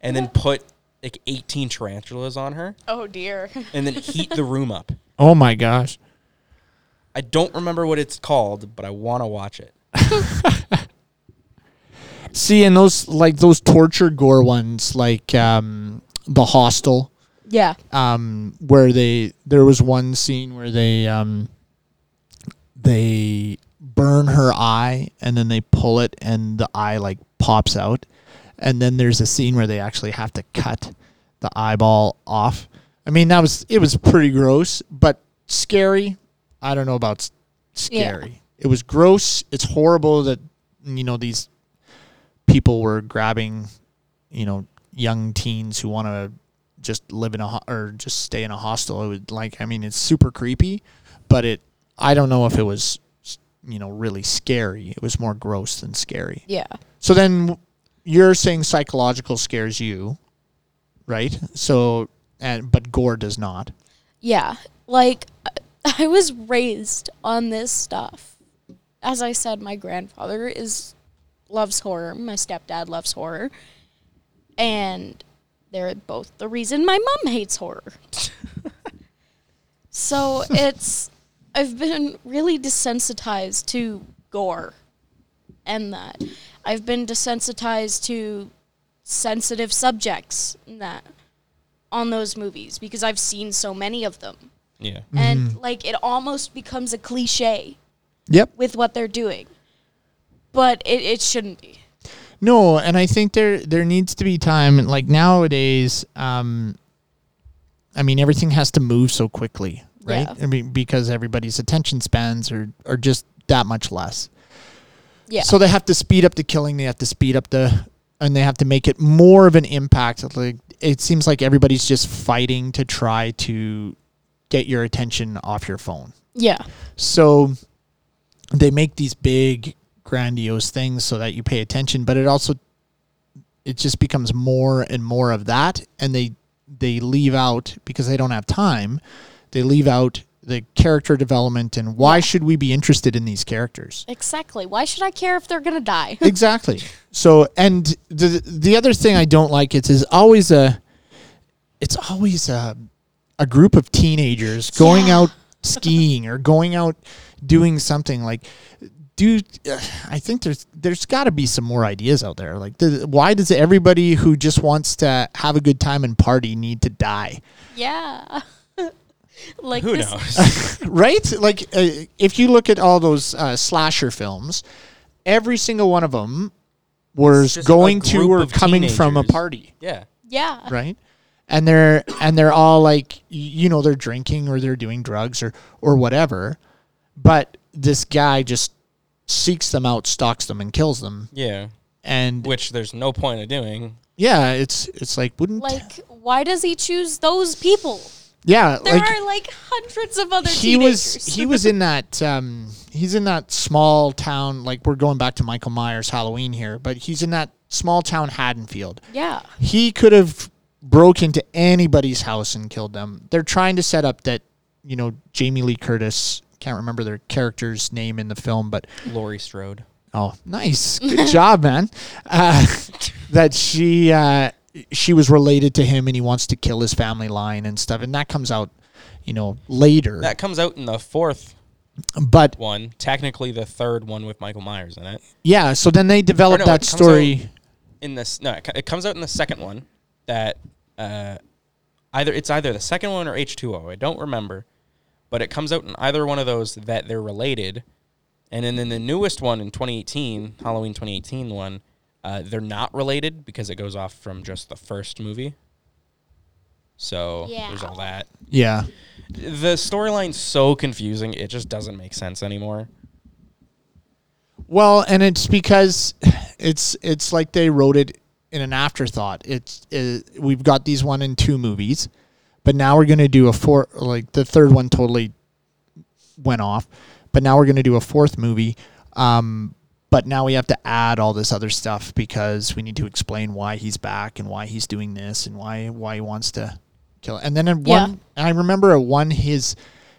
[SPEAKER 2] and then put like 18 tarantulas on her
[SPEAKER 3] Oh dear.
[SPEAKER 2] and then heat the room up.
[SPEAKER 1] oh my gosh.
[SPEAKER 2] I don't remember what it's called, but I want to watch it.
[SPEAKER 1] See, and those like those torture gore ones, like um, the Hostel.
[SPEAKER 3] Yeah.
[SPEAKER 1] um, where they there was one scene where they um, they burn her eye and then they pull it and the eye like pops out and then there's a scene where they actually have to cut the eyeball off i mean that was it was pretty gross but scary i don't know about s-
[SPEAKER 3] Yeah.
[SPEAKER 1] scary It was gross. It's horrible that you know these people were grabbing, you know, young teens who want to just live in a ho- or just stay in a hostel. It would like I mean it's super creepy, but it I don't know if it was you know really scary. It was more gross than scary.
[SPEAKER 4] Yeah.
[SPEAKER 1] So then you're saying psychological scares you, right? So and but gore does not.
[SPEAKER 3] Yeah. Like, I was raised on this stuff. As I said, my grandfather is loves horror. My stepdad loves horror. And they're both the reason my mom hates horror. so it's I've been really desensitized to gore and that. I've been desensitized to sensitive subjects and that on those movies because I've seen so many of them.
[SPEAKER 2] Yeah.
[SPEAKER 1] Mm-hmm.
[SPEAKER 3] And like it almost becomes a cliche
[SPEAKER 1] Yep.
[SPEAKER 3] with what they're doing. But it, it shouldn't be.
[SPEAKER 1] No, and I think there there needs to be time. and, Like nowadays, um, I mean, everything has to move so quickly, right?
[SPEAKER 3] Yeah.
[SPEAKER 1] I mean, because everybody's attention spans are are just that much less.
[SPEAKER 3] Yeah.
[SPEAKER 1] So they have to speed up the killing. They have to speed up the, and they have to make it more of an impact. Like it seems like everybody's just fighting to try to get your attention off your phone.
[SPEAKER 3] yeah.
[SPEAKER 1] So they make these big grandiose things so that you pay attention, but it also it just becomes more and more of that and they they leave out because they don't have time, they leave out the character development and why should we be interested in these characters?
[SPEAKER 3] Exactly. Why should I care if they're gonna die?
[SPEAKER 1] exactly. So, and the the other thing I don't like it is always a, it's always a, a group of teenagers going out skiing or going out doing something like, dude. I think there's there's got to be some more ideas out there. Like, the, why does everybody who just wants to have a good time and party need to die?
[SPEAKER 3] yeah. like
[SPEAKER 2] Who
[SPEAKER 3] this
[SPEAKER 2] knows?
[SPEAKER 1] right? Like, uh, if you look at all those uh, slasher films, every single one of them was
[SPEAKER 2] just
[SPEAKER 1] going
[SPEAKER 2] a
[SPEAKER 1] to
[SPEAKER 2] group
[SPEAKER 1] or
[SPEAKER 2] of
[SPEAKER 1] coming from a
[SPEAKER 2] teenagers.
[SPEAKER 1] party,
[SPEAKER 2] yeah.
[SPEAKER 3] Yeah.
[SPEAKER 1] right? And they're and they're all like, y- you know, they're drinking or they're doing drugs or or whatever, but this guy just seeks them out, stalks them, and kills them.
[SPEAKER 2] Yeah.
[SPEAKER 1] And
[SPEAKER 2] Which there's no point of doing.
[SPEAKER 1] yeah, it's it's like wouldn't
[SPEAKER 3] Like, why does he choose those people?
[SPEAKER 1] yeah
[SPEAKER 3] There
[SPEAKER 1] like
[SPEAKER 3] are like hundreds of other
[SPEAKER 1] he
[SPEAKER 3] teenagers.
[SPEAKER 1] was he was in that um he's in that small town like we're going back to Michael Myers Halloween here but he's in that small town Haddonfield.
[SPEAKER 3] Yeah.
[SPEAKER 1] He could have broke into anybody's house and killed them. They're trying to set up that you know Jamie Lee Curtis can't remember their character's name in the film but
[SPEAKER 2] Laurie Strode.
[SPEAKER 1] Oh, nice. Good job, man. Uh, that she uh, she was related to him and he wants to kill his family line and stuff. And that comes out, you know, later.
[SPEAKER 2] That comes out in the fourth
[SPEAKER 1] but
[SPEAKER 2] one, technically the third one with Michael Myers in it.
[SPEAKER 1] yeah, so then they develop
[SPEAKER 2] no, it
[SPEAKER 1] that
[SPEAKER 2] comes
[SPEAKER 1] story.
[SPEAKER 2] In this, no, it co- it comes out in the second one. That uh, either it's either the second one or H two O. I don't remember, but it comes out in either one of those that they're related. And then in the newest one in 2018, Halloween 2018 one, uh, they're not related because it goes off from just the first movie. So there's all that.
[SPEAKER 1] Yeah.
[SPEAKER 2] The storyline's so confusing; it just doesn't make sense anymore.
[SPEAKER 1] Well, and it's because it's it's like they wrote it in an afterthought. It's uh we've got these one and two movies, but now we're going to do a four like the third one totally went off, but now we're going to do a fourth movie. Um but now we have to add all this other stuff because we need to explain why he's back and why he's doing this and why why he wants to kill. And then in one I remember at one his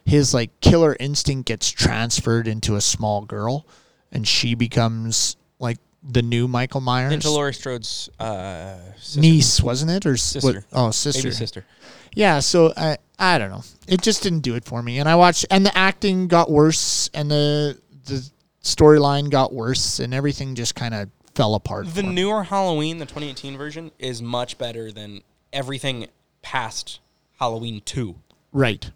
[SPEAKER 1] his like killer instinct gets transferred into a small girl and she becomes like the new Michael Myers
[SPEAKER 2] Into Laurie Strode's uh, sister,
[SPEAKER 1] niece, wasn't it? Or s-
[SPEAKER 2] Sister.
[SPEAKER 1] what- oh, sister.
[SPEAKER 2] baby sister.
[SPEAKER 1] Yeah, so I I don't know. It just didn't do it for me. And I watched and the acting got worse and the the storyline got worse and everything just kind of fell apart. for
[SPEAKER 2] The
[SPEAKER 1] me.
[SPEAKER 2] newer Halloween, the 2018 version, is much better than everything past Halloween 2.
[SPEAKER 1] right.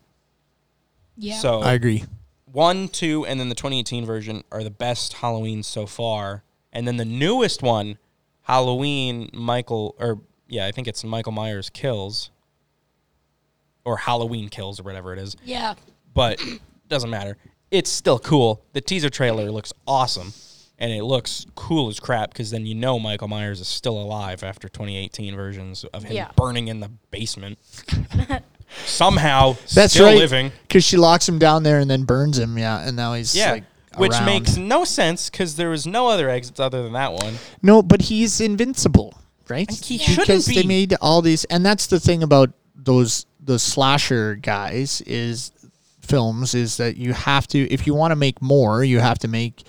[SPEAKER 3] Yeah.
[SPEAKER 2] So
[SPEAKER 1] I agree.
[SPEAKER 2] 1, 2, and then the 2018 version are the best Halloweens so far. And then the newest one, Halloween Michael or yeah, I think it's Michael Myers Kills or Halloween Kills or whatever it is.
[SPEAKER 3] yeah.
[SPEAKER 2] But doesn't matter. it's still cool. The teaser trailer looks awesome, and it looks cool as crap because then you know Michael Myers is still alive after 2018 versions of him
[SPEAKER 3] Yeah.
[SPEAKER 2] burning in the basement. Somehow,
[SPEAKER 1] That's
[SPEAKER 2] still
[SPEAKER 1] right.
[SPEAKER 2] living.
[SPEAKER 1] Because she locks him down there and then burns him. Yeah, and now he's
[SPEAKER 2] Yeah,
[SPEAKER 1] like
[SPEAKER 2] which
[SPEAKER 1] around.
[SPEAKER 2] makes no sense because there was no other exits other than that one.
[SPEAKER 1] no, but he's invincible, right?
[SPEAKER 2] he
[SPEAKER 1] because
[SPEAKER 2] shouldn't
[SPEAKER 1] they
[SPEAKER 2] be.
[SPEAKER 1] made all these, and that's the thing about those those slasher guys is films is that you have to if you want to make more, you have to make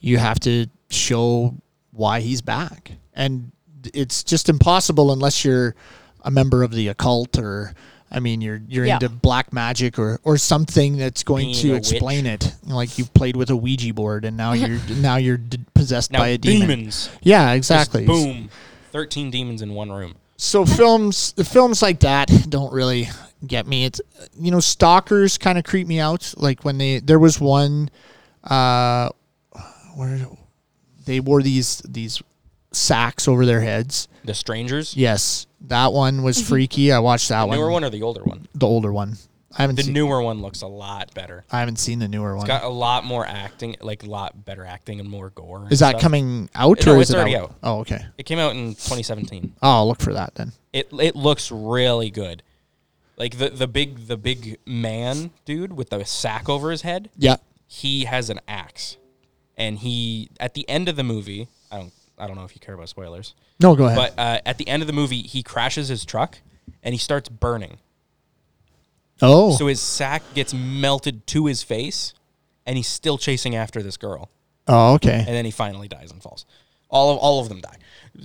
[SPEAKER 1] you have to show why he's back, and it's just impossible unless you're a member of the occult or. I mean, you're you're
[SPEAKER 3] Yeah.
[SPEAKER 1] into black magic or, or something that's going
[SPEAKER 2] Being
[SPEAKER 1] to
[SPEAKER 2] a
[SPEAKER 1] explain it. Like you've played with a Ouija board, and now you're now you're d- possessed
[SPEAKER 2] Now
[SPEAKER 1] by a demon.
[SPEAKER 2] demons,
[SPEAKER 1] Yeah,
[SPEAKER 2] Just
[SPEAKER 1] exactly.
[SPEAKER 2] boom, 13 demons in one room.
[SPEAKER 1] So films, the films like that don't really get me. It's you know, stalkers kind of creep me out. Like when they there was one, uh, where they wore these these sacks over their heads.
[SPEAKER 2] The strangers,
[SPEAKER 1] Yes, that one was freaky. I watched that one,
[SPEAKER 2] newer one or the older one?
[SPEAKER 1] the older one. I haven't
[SPEAKER 2] The
[SPEAKER 1] seen.
[SPEAKER 2] newer one looks a lot better.
[SPEAKER 1] I haven't seen the newer one.
[SPEAKER 2] Got a lot more acting, like a lot better acting and more gore. and
[SPEAKER 1] Is that
[SPEAKER 2] stuff.
[SPEAKER 1] coming out
[SPEAKER 2] No,
[SPEAKER 1] or
[SPEAKER 2] it's
[SPEAKER 1] is it
[SPEAKER 2] already
[SPEAKER 1] out?
[SPEAKER 2] out.
[SPEAKER 1] Oh, okay.
[SPEAKER 2] It came out in 2017.
[SPEAKER 1] Oh, I'll look for that then.
[SPEAKER 2] It it looks really good. Like the the big the big man dude with the sack over his head.
[SPEAKER 1] Yeah.
[SPEAKER 2] He has an axe, and he at the end of the movie. I don't I don't know if you care about spoilers,
[SPEAKER 1] No, go ahead.
[SPEAKER 2] but uh, at the end of the movie, he crashes his truck and he starts burning.
[SPEAKER 1] oh,
[SPEAKER 2] So his sack gets melted to his face, and he's still chasing after this girl.
[SPEAKER 1] oh, okay.
[SPEAKER 2] and then he finally dies and falls. All of all of them die,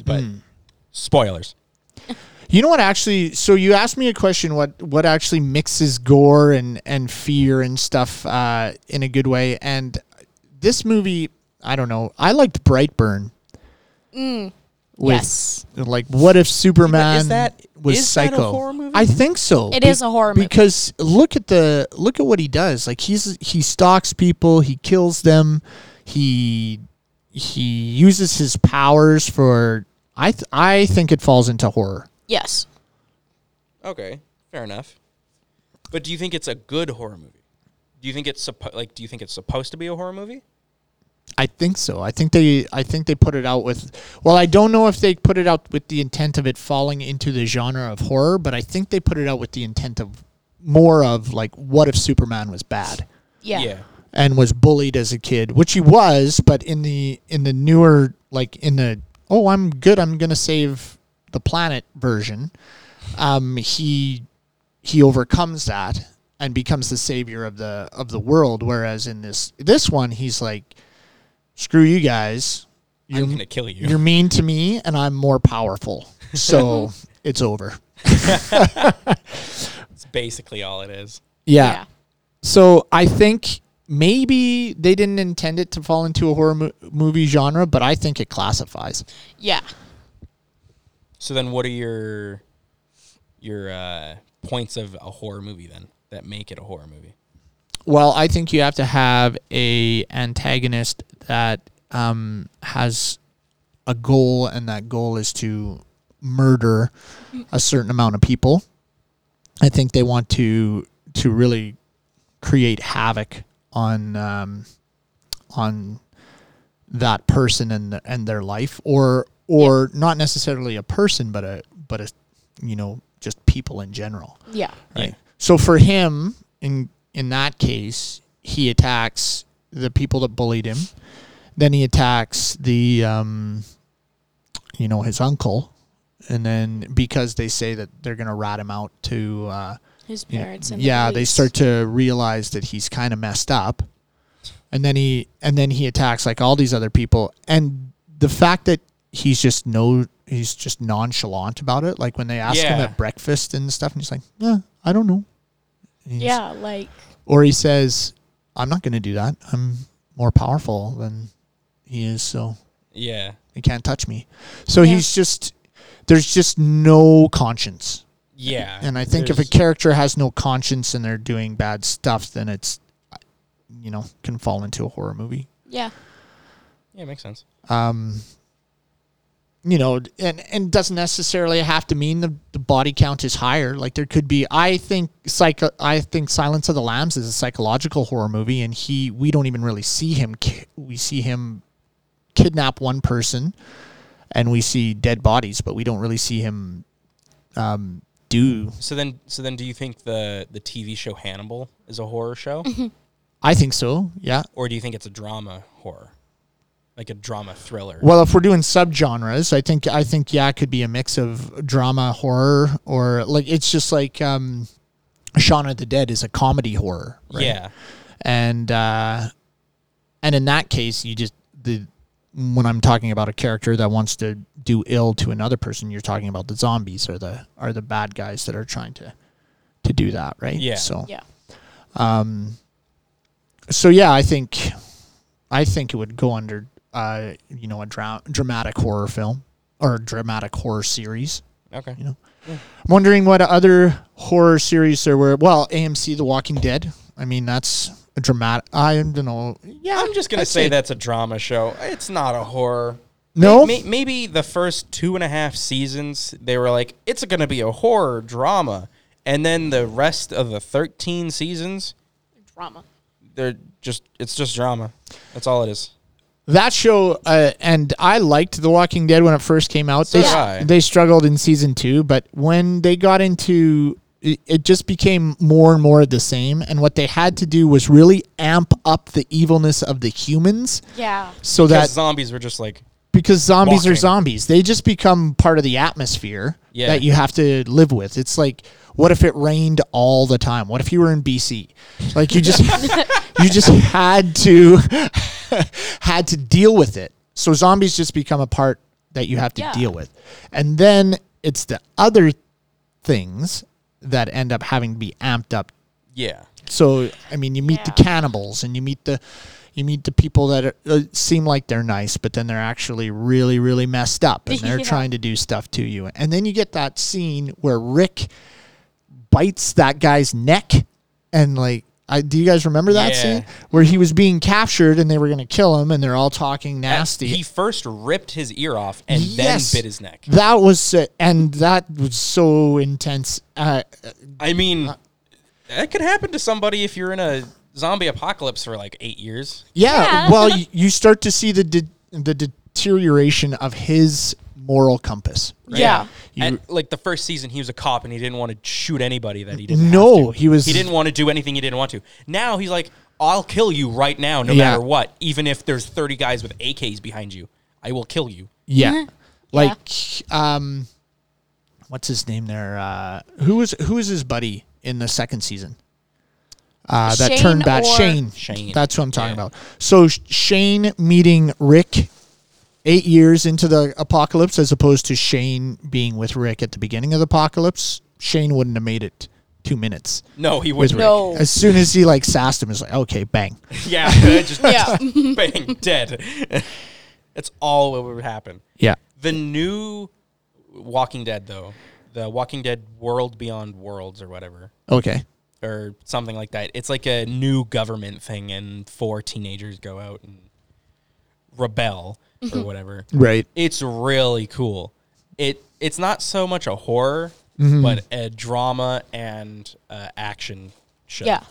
[SPEAKER 2] but
[SPEAKER 1] Hmm.
[SPEAKER 2] spoilers.
[SPEAKER 1] You know what actually so you asked me a question what what actually mixes gore and and fear and stuff uh in a good way and this movie I don't know I liked Brightburn. With,
[SPEAKER 4] yes.
[SPEAKER 1] Like what if Superman
[SPEAKER 2] that-
[SPEAKER 1] was
[SPEAKER 2] Mm. is that a
[SPEAKER 1] psycho?
[SPEAKER 2] horror movie?
[SPEAKER 1] I think so.
[SPEAKER 3] It
[SPEAKER 1] It is
[SPEAKER 3] is a horror movie.
[SPEAKER 1] Because look at the look at what he does. Like he's he stalks people, he kills them, he he uses his powers for I th- I think it falls into horror.
[SPEAKER 4] Yes.
[SPEAKER 2] Okay, fair enough. But do you think it's a good horror movie? Do you think it's suppo- like? Do you think it's supposed to be a horror movie?
[SPEAKER 1] I think so. I think they I think they put it out with well, I don't know if they put it out with the intent of it falling into the genre of horror, but I think they put it out with the intent of more of like what if Superman was bad
[SPEAKER 4] Yeah.
[SPEAKER 1] and was bullied as a kid, which he was, but in the in the newer like in the oh, I'm good, I'm going to save the planet version, um he he overcomes that and becomes the savior of the of the world whereas in this this one he's like screw you guys
[SPEAKER 2] I'm gonna kill you.
[SPEAKER 1] you're mean to me and I'm more powerful. So it's over.
[SPEAKER 2] It's basically all it is.
[SPEAKER 1] Yeah.
[SPEAKER 4] Yeah.
[SPEAKER 1] So I think maybe they didn't intend it to fall into a horror mo- movie genre, but I think it classifies.
[SPEAKER 4] Yeah.
[SPEAKER 2] So then, what are your your uh, points of a horror movie then that make it a horror movie?
[SPEAKER 1] Well, I think you have to have a antagonist that um, has a goal, and that goal is to murder a certain amount of people. I think they want to to really create havoc on um, on that person and th- and their life, or or not necessarily a person, but a but a you know just people in general.
[SPEAKER 4] Yeah.
[SPEAKER 1] Right. So for him, in in that case, he attacks the people that bullied him. Then he attacks the, um, you know, his uncle, and then because they say that they're gonna rat him out to, uh,
[SPEAKER 3] His
[SPEAKER 1] you know-
[SPEAKER 3] parents and the
[SPEAKER 1] yeah, they
[SPEAKER 3] police.
[SPEAKER 1] start to realize that he's kind of messed up, and then he and then he attacks like all these other people, and the fact that he's just no, he's just nonchalant about it. Like when they ask him
[SPEAKER 2] Yeah.
[SPEAKER 1] at breakfast and stuff, and he's like, yeah, I don't know. And he's-
[SPEAKER 3] Yeah, like
[SPEAKER 1] or he says, "I'm not going to do that. I'm more powerful than he is, so
[SPEAKER 2] Yeah,
[SPEAKER 1] he can't touch me." So
[SPEAKER 3] Yeah.
[SPEAKER 1] he's just there's just no conscience,
[SPEAKER 2] yeah.
[SPEAKER 1] and I think if a
[SPEAKER 2] There's-
[SPEAKER 1] character has no conscience and they're doing bad stuff, then it's you know can fall into a horror movie.
[SPEAKER 3] yeah.
[SPEAKER 2] yeah, makes sense.
[SPEAKER 1] Um, you know, and and doesn't necessarily have to mean the, the body count is higher. Like there could be, I think psycho, I think Silence of the Lambs is a psychological horror movie, and he we don't even really see him. ki- We see him kidnap one person, and we see dead bodies, but we don't really see him um, do.
[SPEAKER 2] So then, so then, do you think the the TV show Hannibal is a horror show,
[SPEAKER 1] I think so. Yeah.
[SPEAKER 2] or do you think it's a drama horror, like a drama thriller?
[SPEAKER 1] Well, if we're doing subgenres, I think I think yeah, it could be a mix of drama, horror, or like it's just like um, Shaun of the Dead is a comedy horror, right?
[SPEAKER 2] Yeah,
[SPEAKER 1] and uh, and in that case, you just the when I'm talking about a character that wants to do ill to another person, you're talking about the zombies or the are the bad guys that are trying to to do that, right?
[SPEAKER 2] Yeah.
[SPEAKER 1] So
[SPEAKER 3] Yeah.
[SPEAKER 1] so yeah, I think I think it would go under uh, you know a dra- dramatic horror film or dramatic horror series.
[SPEAKER 2] okay.
[SPEAKER 1] You know, I'm wondering what other horror series there were. Well, AMC The Walking Dead. I mean, that's a dramatic. I don't know. Yeah,
[SPEAKER 2] I'm just gonna
[SPEAKER 1] I'd
[SPEAKER 2] say that's a drama show. It's not a horror.
[SPEAKER 1] No?
[SPEAKER 2] May- may- maybe the first two and a half seasons they were like, it's gonna be a horror drama, and then the rest of the 13 seasons,
[SPEAKER 4] Drama.
[SPEAKER 2] they're just it's just drama. That's all it is.
[SPEAKER 1] That show, uh, and I liked The Walking Dead when it first came out.
[SPEAKER 2] So
[SPEAKER 1] they,
[SPEAKER 2] did I.
[SPEAKER 1] they struggled in season two, but when they got into it, it just became more and more of the same. And what they had to do was really amp up the evilness of the humans
[SPEAKER 4] Yeah.
[SPEAKER 1] so
[SPEAKER 2] Because
[SPEAKER 1] that
[SPEAKER 2] zombies were just like,
[SPEAKER 1] because zombies are
[SPEAKER 2] walking.
[SPEAKER 1] zombies, they just become part of the atmosphere
[SPEAKER 2] Yeah.
[SPEAKER 1] that you have to live with. It's like, what if it rained all the time? What if you were in BC? Like you just you just had to had to deal with it. So zombies just become a part that you have to
[SPEAKER 3] Yeah.
[SPEAKER 1] deal with. And then it's the other things that end up having to be amped up
[SPEAKER 2] yeah,
[SPEAKER 1] so I mean, you meet the
[SPEAKER 4] Yeah.
[SPEAKER 1] cannibals and you meet the you meet the people that are, uh, seem like they're nice, but then they're actually really really messed up and they're
[SPEAKER 4] Yeah.
[SPEAKER 1] trying to do stuff to you. And then you get that scene where Rick bites that guy's neck and like. I, do you guys remember that
[SPEAKER 2] Yeah.
[SPEAKER 1] scene where he was being captured and they were going to kill him and they're all talking nasty?
[SPEAKER 2] He first ripped his ear off and
[SPEAKER 1] Yes.
[SPEAKER 2] then bit his neck.
[SPEAKER 1] that was uh, and that was so intense. Uh,
[SPEAKER 2] I mean, that could happen to somebody if you're in a zombie apocalypse for like eight years.
[SPEAKER 1] Yeah.
[SPEAKER 3] Yeah.
[SPEAKER 1] Well, y- you start to see the de- the deterioration of his moral compass. right?
[SPEAKER 3] Yeah.
[SPEAKER 1] You-
[SPEAKER 2] And, like the first season, he was a cop and he didn't want to shoot anybody that he didn't.
[SPEAKER 1] No,
[SPEAKER 2] have to.
[SPEAKER 1] he was-
[SPEAKER 2] He didn't want to do anything he didn't want to. Now he's like, I'll kill you right now, no
[SPEAKER 1] Yeah.
[SPEAKER 2] matter what. Even if there's 30 guys with AKs behind you, I will kill you.
[SPEAKER 1] Yeah. Like, um, what's his name there? Uh, who was who was his buddy in the second season? Uh, that
[SPEAKER 3] Shane
[SPEAKER 1] turned bad.
[SPEAKER 3] or-
[SPEAKER 1] Shane.
[SPEAKER 2] Shane.
[SPEAKER 1] That's what I'm talking
[SPEAKER 2] Yeah.
[SPEAKER 1] about. So Sh- Shane meeting Rick. Eight years into the apocalypse, as opposed to Shane being with Rick at the beginning of the apocalypse, Shane wouldn't have made it two minutes.
[SPEAKER 2] No, he was
[SPEAKER 3] No. Oh.
[SPEAKER 1] As soon as he like sassed him, it's like, okay, bang.
[SPEAKER 2] Yeah, just,
[SPEAKER 3] Yeah.
[SPEAKER 2] just bang dead. That's all what would happen.
[SPEAKER 1] Yeah.
[SPEAKER 2] The new Walking Dead, though, the Walking Dead World Beyond Worlds or whatever,
[SPEAKER 1] Okay.
[SPEAKER 2] or something like that. It's like a new government thing, and four teenagers go out and rebel or whatever.
[SPEAKER 1] Mm-hmm. Right.
[SPEAKER 2] It's really cool. It it's not so much a horror,
[SPEAKER 1] Mm-hmm.
[SPEAKER 2] but a drama and uh, action show.
[SPEAKER 3] Yeah.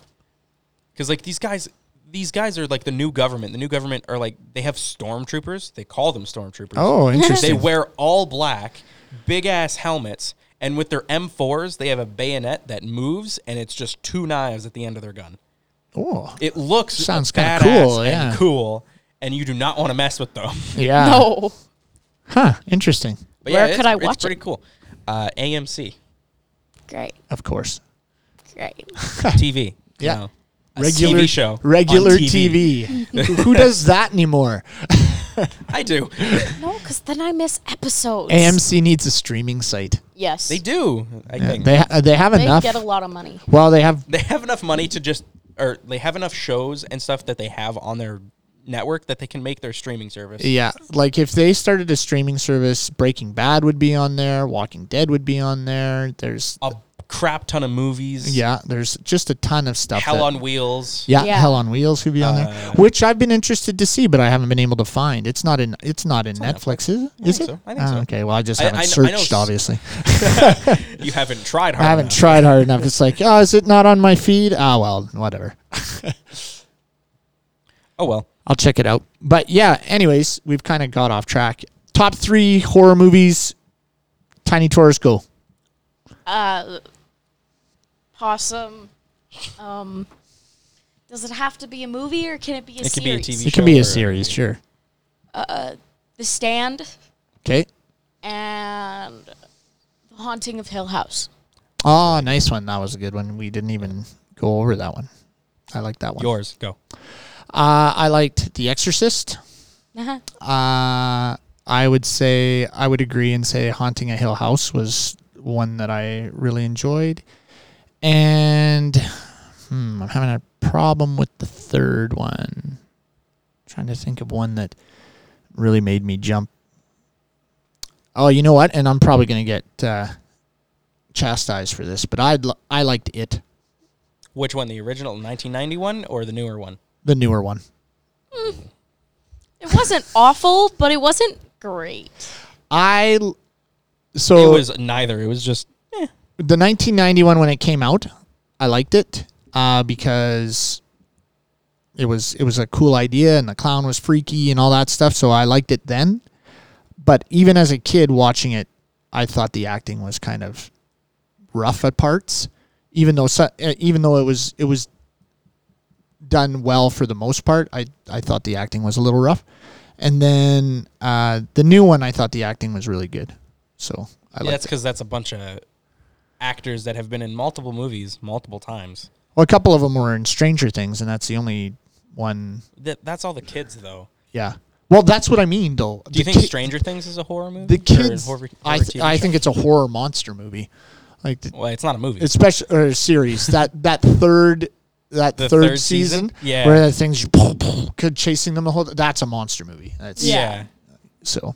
[SPEAKER 2] Because like these guys, these guys are like the new government. The new government are like they have stormtroopers. They call them stormtroopers.
[SPEAKER 1] Oh,
[SPEAKER 2] They
[SPEAKER 1] interesting.
[SPEAKER 2] wear all black, big ass helmets, and with their M4s, they have a bayonet that moves, and it's just two knives at the end of their gun.
[SPEAKER 1] oh.
[SPEAKER 2] It looks
[SPEAKER 1] Sounds
[SPEAKER 2] badass
[SPEAKER 1] kinda cool,
[SPEAKER 2] and
[SPEAKER 1] yeah.
[SPEAKER 2] cool, and you do not want to mess with them.
[SPEAKER 1] Yeah.
[SPEAKER 3] Ah.
[SPEAKER 4] No.
[SPEAKER 1] Huh. Interesting.
[SPEAKER 2] But
[SPEAKER 4] Where
[SPEAKER 2] yeah,
[SPEAKER 4] could
[SPEAKER 2] it's,
[SPEAKER 4] I
[SPEAKER 2] it's
[SPEAKER 4] watch it?
[SPEAKER 2] pretty cool. Uh, AMC
[SPEAKER 4] Great.
[SPEAKER 1] Of course.
[SPEAKER 4] Great.
[SPEAKER 2] TV.
[SPEAKER 1] Yeah.
[SPEAKER 2] you know, a TV show. on
[SPEAKER 1] Regular TV. Who- Who does that anymore?
[SPEAKER 2] I do.
[SPEAKER 4] No, because then I miss episodes.
[SPEAKER 1] AMC needs a streaming site.
[SPEAKER 4] Yes.
[SPEAKER 2] They do. I think
[SPEAKER 1] They ha- they have
[SPEAKER 4] They
[SPEAKER 1] enough.
[SPEAKER 4] get a lot of money.
[SPEAKER 1] well, they have.
[SPEAKER 2] they have enough money to just or they have enough shows and stuff that they have on their network that they can make their streaming service.
[SPEAKER 1] Yeah, like if they started a streaming service, Breaking Bad would be on there, Walking Dead would be on there. There's
[SPEAKER 2] A crap ton of movies.
[SPEAKER 1] Yeah, there's just a ton of stuff.
[SPEAKER 2] Hell
[SPEAKER 1] that-
[SPEAKER 2] on Wheels.
[SPEAKER 1] Yeah,
[SPEAKER 4] Yeah.
[SPEAKER 1] Hell on Wheels could be on
[SPEAKER 2] Uh,
[SPEAKER 1] there, which I've been interested to see, but I haven't been able to find. It's not in. It's not in Netflix, is it? Is
[SPEAKER 2] think
[SPEAKER 1] it?
[SPEAKER 2] so. I think
[SPEAKER 1] Oh,
[SPEAKER 2] so.
[SPEAKER 1] Okay. Well, I just
[SPEAKER 2] I-
[SPEAKER 1] haven't
[SPEAKER 2] I kn- I know
[SPEAKER 1] searched.
[SPEAKER 2] s-
[SPEAKER 1] obviously,
[SPEAKER 2] You haven't tried hard.
[SPEAKER 1] I haven't
[SPEAKER 2] enough.
[SPEAKER 1] tried hard enough. It's like, oh, is it not on my feed? Ah, well, whatever.
[SPEAKER 2] oh well.
[SPEAKER 1] I'll check it out. But yeah. Anyways, we've kind of got off track. Top three horror movies. Tiny Taurus, go.
[SPEAKER 3] Uh, possum. Um, does it have to be a movie or can it be a
[SPEAKER 2] It could be a
[SPEAKER 3] series?
[SPEAKER 2] TV.
[SPEAKER 1] It can be
[SPEAKER 2] show or-
[SPEAKER 1] a series, sure.
[SPEAKER 3] The Stand
[SPEAKER 1] Okay.
[SPEAKER 3] and The Haunting of Hill House.
[SPEAKER 1] Oh, nice one. That was a good one. We didn't even go over that one. I like that one.
[SPEAKER 2] Yours go.
[SPEAKER 1] Uh, I liked The Exorcist.
[SPEAKER 3] Uh-huh.
[SPEAKER 1] Uh, I would say I would agree and say Haunting a Hill House was one that I really enjoyed, and hmm, I'm having a problem with the third one. trying to think of one that really made me jump. Oh, you know what? And I'm probably gonna get uh, chastised for this, but I would I liked it,
[SPEAKER 2] Which one? The original 1991 or the newer one?
[SPEAKER 1] the newer one.
[SPEAKER 3] It wasn't awful, but it wasn't great.
[SPEAKER 1] I l-
[SPEAKER 2] It
[SPEAKER 1] so
[SPEAKER 2] was neither. It was just
[SPEAKER 1] the 1991 when it came out, I liked it uh, because it was it was a cool idea and the clown was freaky and all that stuff. So I liked it then. But even as a kid watching it, I thought the acting was kind of rough at parts, even though so, uh, even though it was it was done well for the most part. I I thought the acting was a little rough, and then uh, the new one I thought the acting was really good. So I liked
[SPEAKER 2] yeah, that's because that's a bunch of actors that have been in multiple movies multiple times.
[SPEAKER 1] Well, a couple of them were in Stranger Things, and that's the only one.
[SPEAKER 2] That that's all the kids though.
[SPEAKER 1] Yeah. Well, that's what I mean, though.
[SPEAKER 2] Do you
[SPEAKER 1] The
[SPEAKER 2] think
[SPEAKER 1] ki-
[SPEAKER 2] Stranger Things is a horror movie?
[SPEAKER 1] The
[SPEAKER 2] Or
[SPEAKER 1] kids.
[SPEAKER 2] horror- horror
[SPEAKER 1] I th-
[SPEAKER 2] TV
[SPEAKER 1] I
[SPEAKER 2] show?
[SPEAKER 1] think it's a horror monster movie, like the,
[SPEAKER 2] Well, it's not a movie.
[SPEAKER 1] especially or series that that third that
[SPEAKER 2] The
[SPEAKER 1] third,
[SPEAKER 2] third
[SPEAKER 1] season,
[SPEAKER 2] season? Yeah.
[SPEAKER 1] where the things could chasing them the whole. That's a monster movie. That's
[SPEAKER 2] yeah.
[SPEAKER 1] So.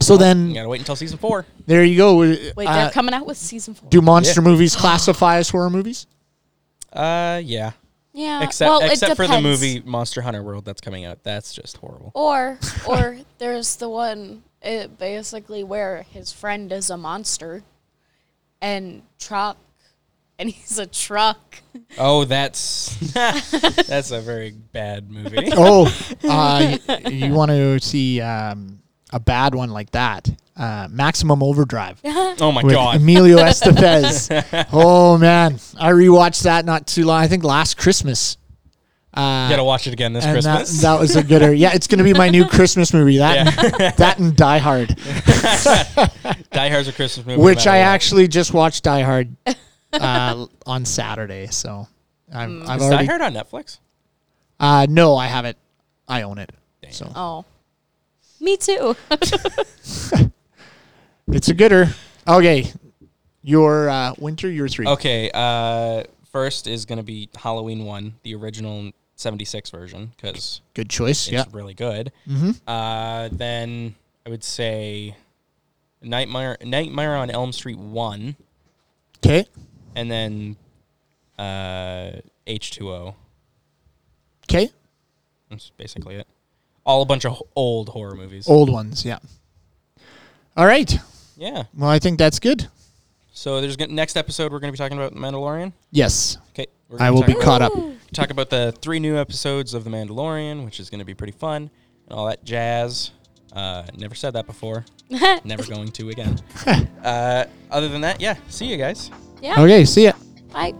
[SPEAKER 1] So
[SPEAKER 2] You
[SPEAKER 1] then,
[SPEAKER 2] gotta wait until season four.
[SPEAKER 1] there you go.
[SPEAKER 3] Wait,
[SPEAKER 1] Uh,
[SPEAKER 3] they're coming out with season four.
[SPEAKER 1] do monster movies classify as horror movies?
[SPEAKER 2] Uh, yeah.
[SPEAKER 3] yeah.
[SPEAKER 2] Except
[SPEAKER 3] well,
[SPEAKER 2] except
[SPEAKER 3] it
[SPEAKER 2] for the
[SPEAKER 3] depends.
[SPEAKER 2] movie Monster Hunter World that's coming out. That's just horrible.
[SPEAKER 3] Or or there's the one it basically where his friend is a monster and truck and he's a truck.
[SPEAKER 2] Oh, that's that's a very bad movie.
[SPEAKER 1] oh, uh, y- you want to see um, a bad one like that? Uh, Maximum Overdrive
[SPEAKER 2] Oh my
[SPEAKER 1] with
[SPEAKER 2] god.
[SPEAKER 1] Emilio Estevez. oh man, I rewatched that not too long. I think last Christmas.
[SPEAKER 2] You gotta watch it again this
[SPEAKER 1] And that,
[SPEAKER 2] Christmas.
[SPEAKER 1] that was a gooder. Yeah, it's gonna be my new Christmas movie. That and, that and Die Hard,
[SPEAKER 2] Die Hard's a Christmas movie. no
[SPEAKER 1] which
[SPEAKER 2] matter
[SPEAKER 1] I
[SPEAKER 2] what.
[SPEAKER 1] actually just watched Die Hard uh, on Saturday. So I've, I've
[SPEAKER 2] Is Die
[SPEAKER 1] already.
[SPEAKER 2] Hard on Netflix.
[SPEAKER 1] Uh, no, I have it. I own it. So
[SPEAKER 3] Oh. Me too.
[SPEAKER 1] It's a gooder. Okay. Your uh, winter, your three.
[SPEAKER 2] Okay. Uh, first is gonna be Halloween one, the original '76 version, because
[SPEAKER 1] Good choice.
[SPEAKER 2] it's
[SPEAKER 1] Yeah.
[SPEAKER 2] really good. Uh, then I would say Nightmare Nightmare on Elm Street one,
[SPEAKER 1] Okay.
[SPEAKER 2] and then uh, H2O.
[SPEAKER 1] Okay.
[SPEAKER 2] That's basically it. All a bunch of ho- old horror movies.
[SPEAKER 1] Old ones. Yeah. All right.
[SPEAKER 2] Yeah.
[SPEAKER 1] Well, I think that's good.
[SPEAKER 2] So there's gonna, next episode we're gonna be talking about Mandalorian.
[SPEAKER 1] Yes.
[SPEAKER 2] Okay. we're gonna
[SPEAKER 1] I will be
[SPEAKER 2] talking about-
[SPEAKER 1] caught up.
[SPEAKER 2] talk about the three new episodes of The Mandalorian, which is going to be pretty fun, and all that jazz. Uh, never said that before. never going to again. uh, other than that, yeah. See you guys.
[SPEAKER 3] yeah.
[SPEAKER 1] Okay. See ya.
[SPEAKER 3] Bye.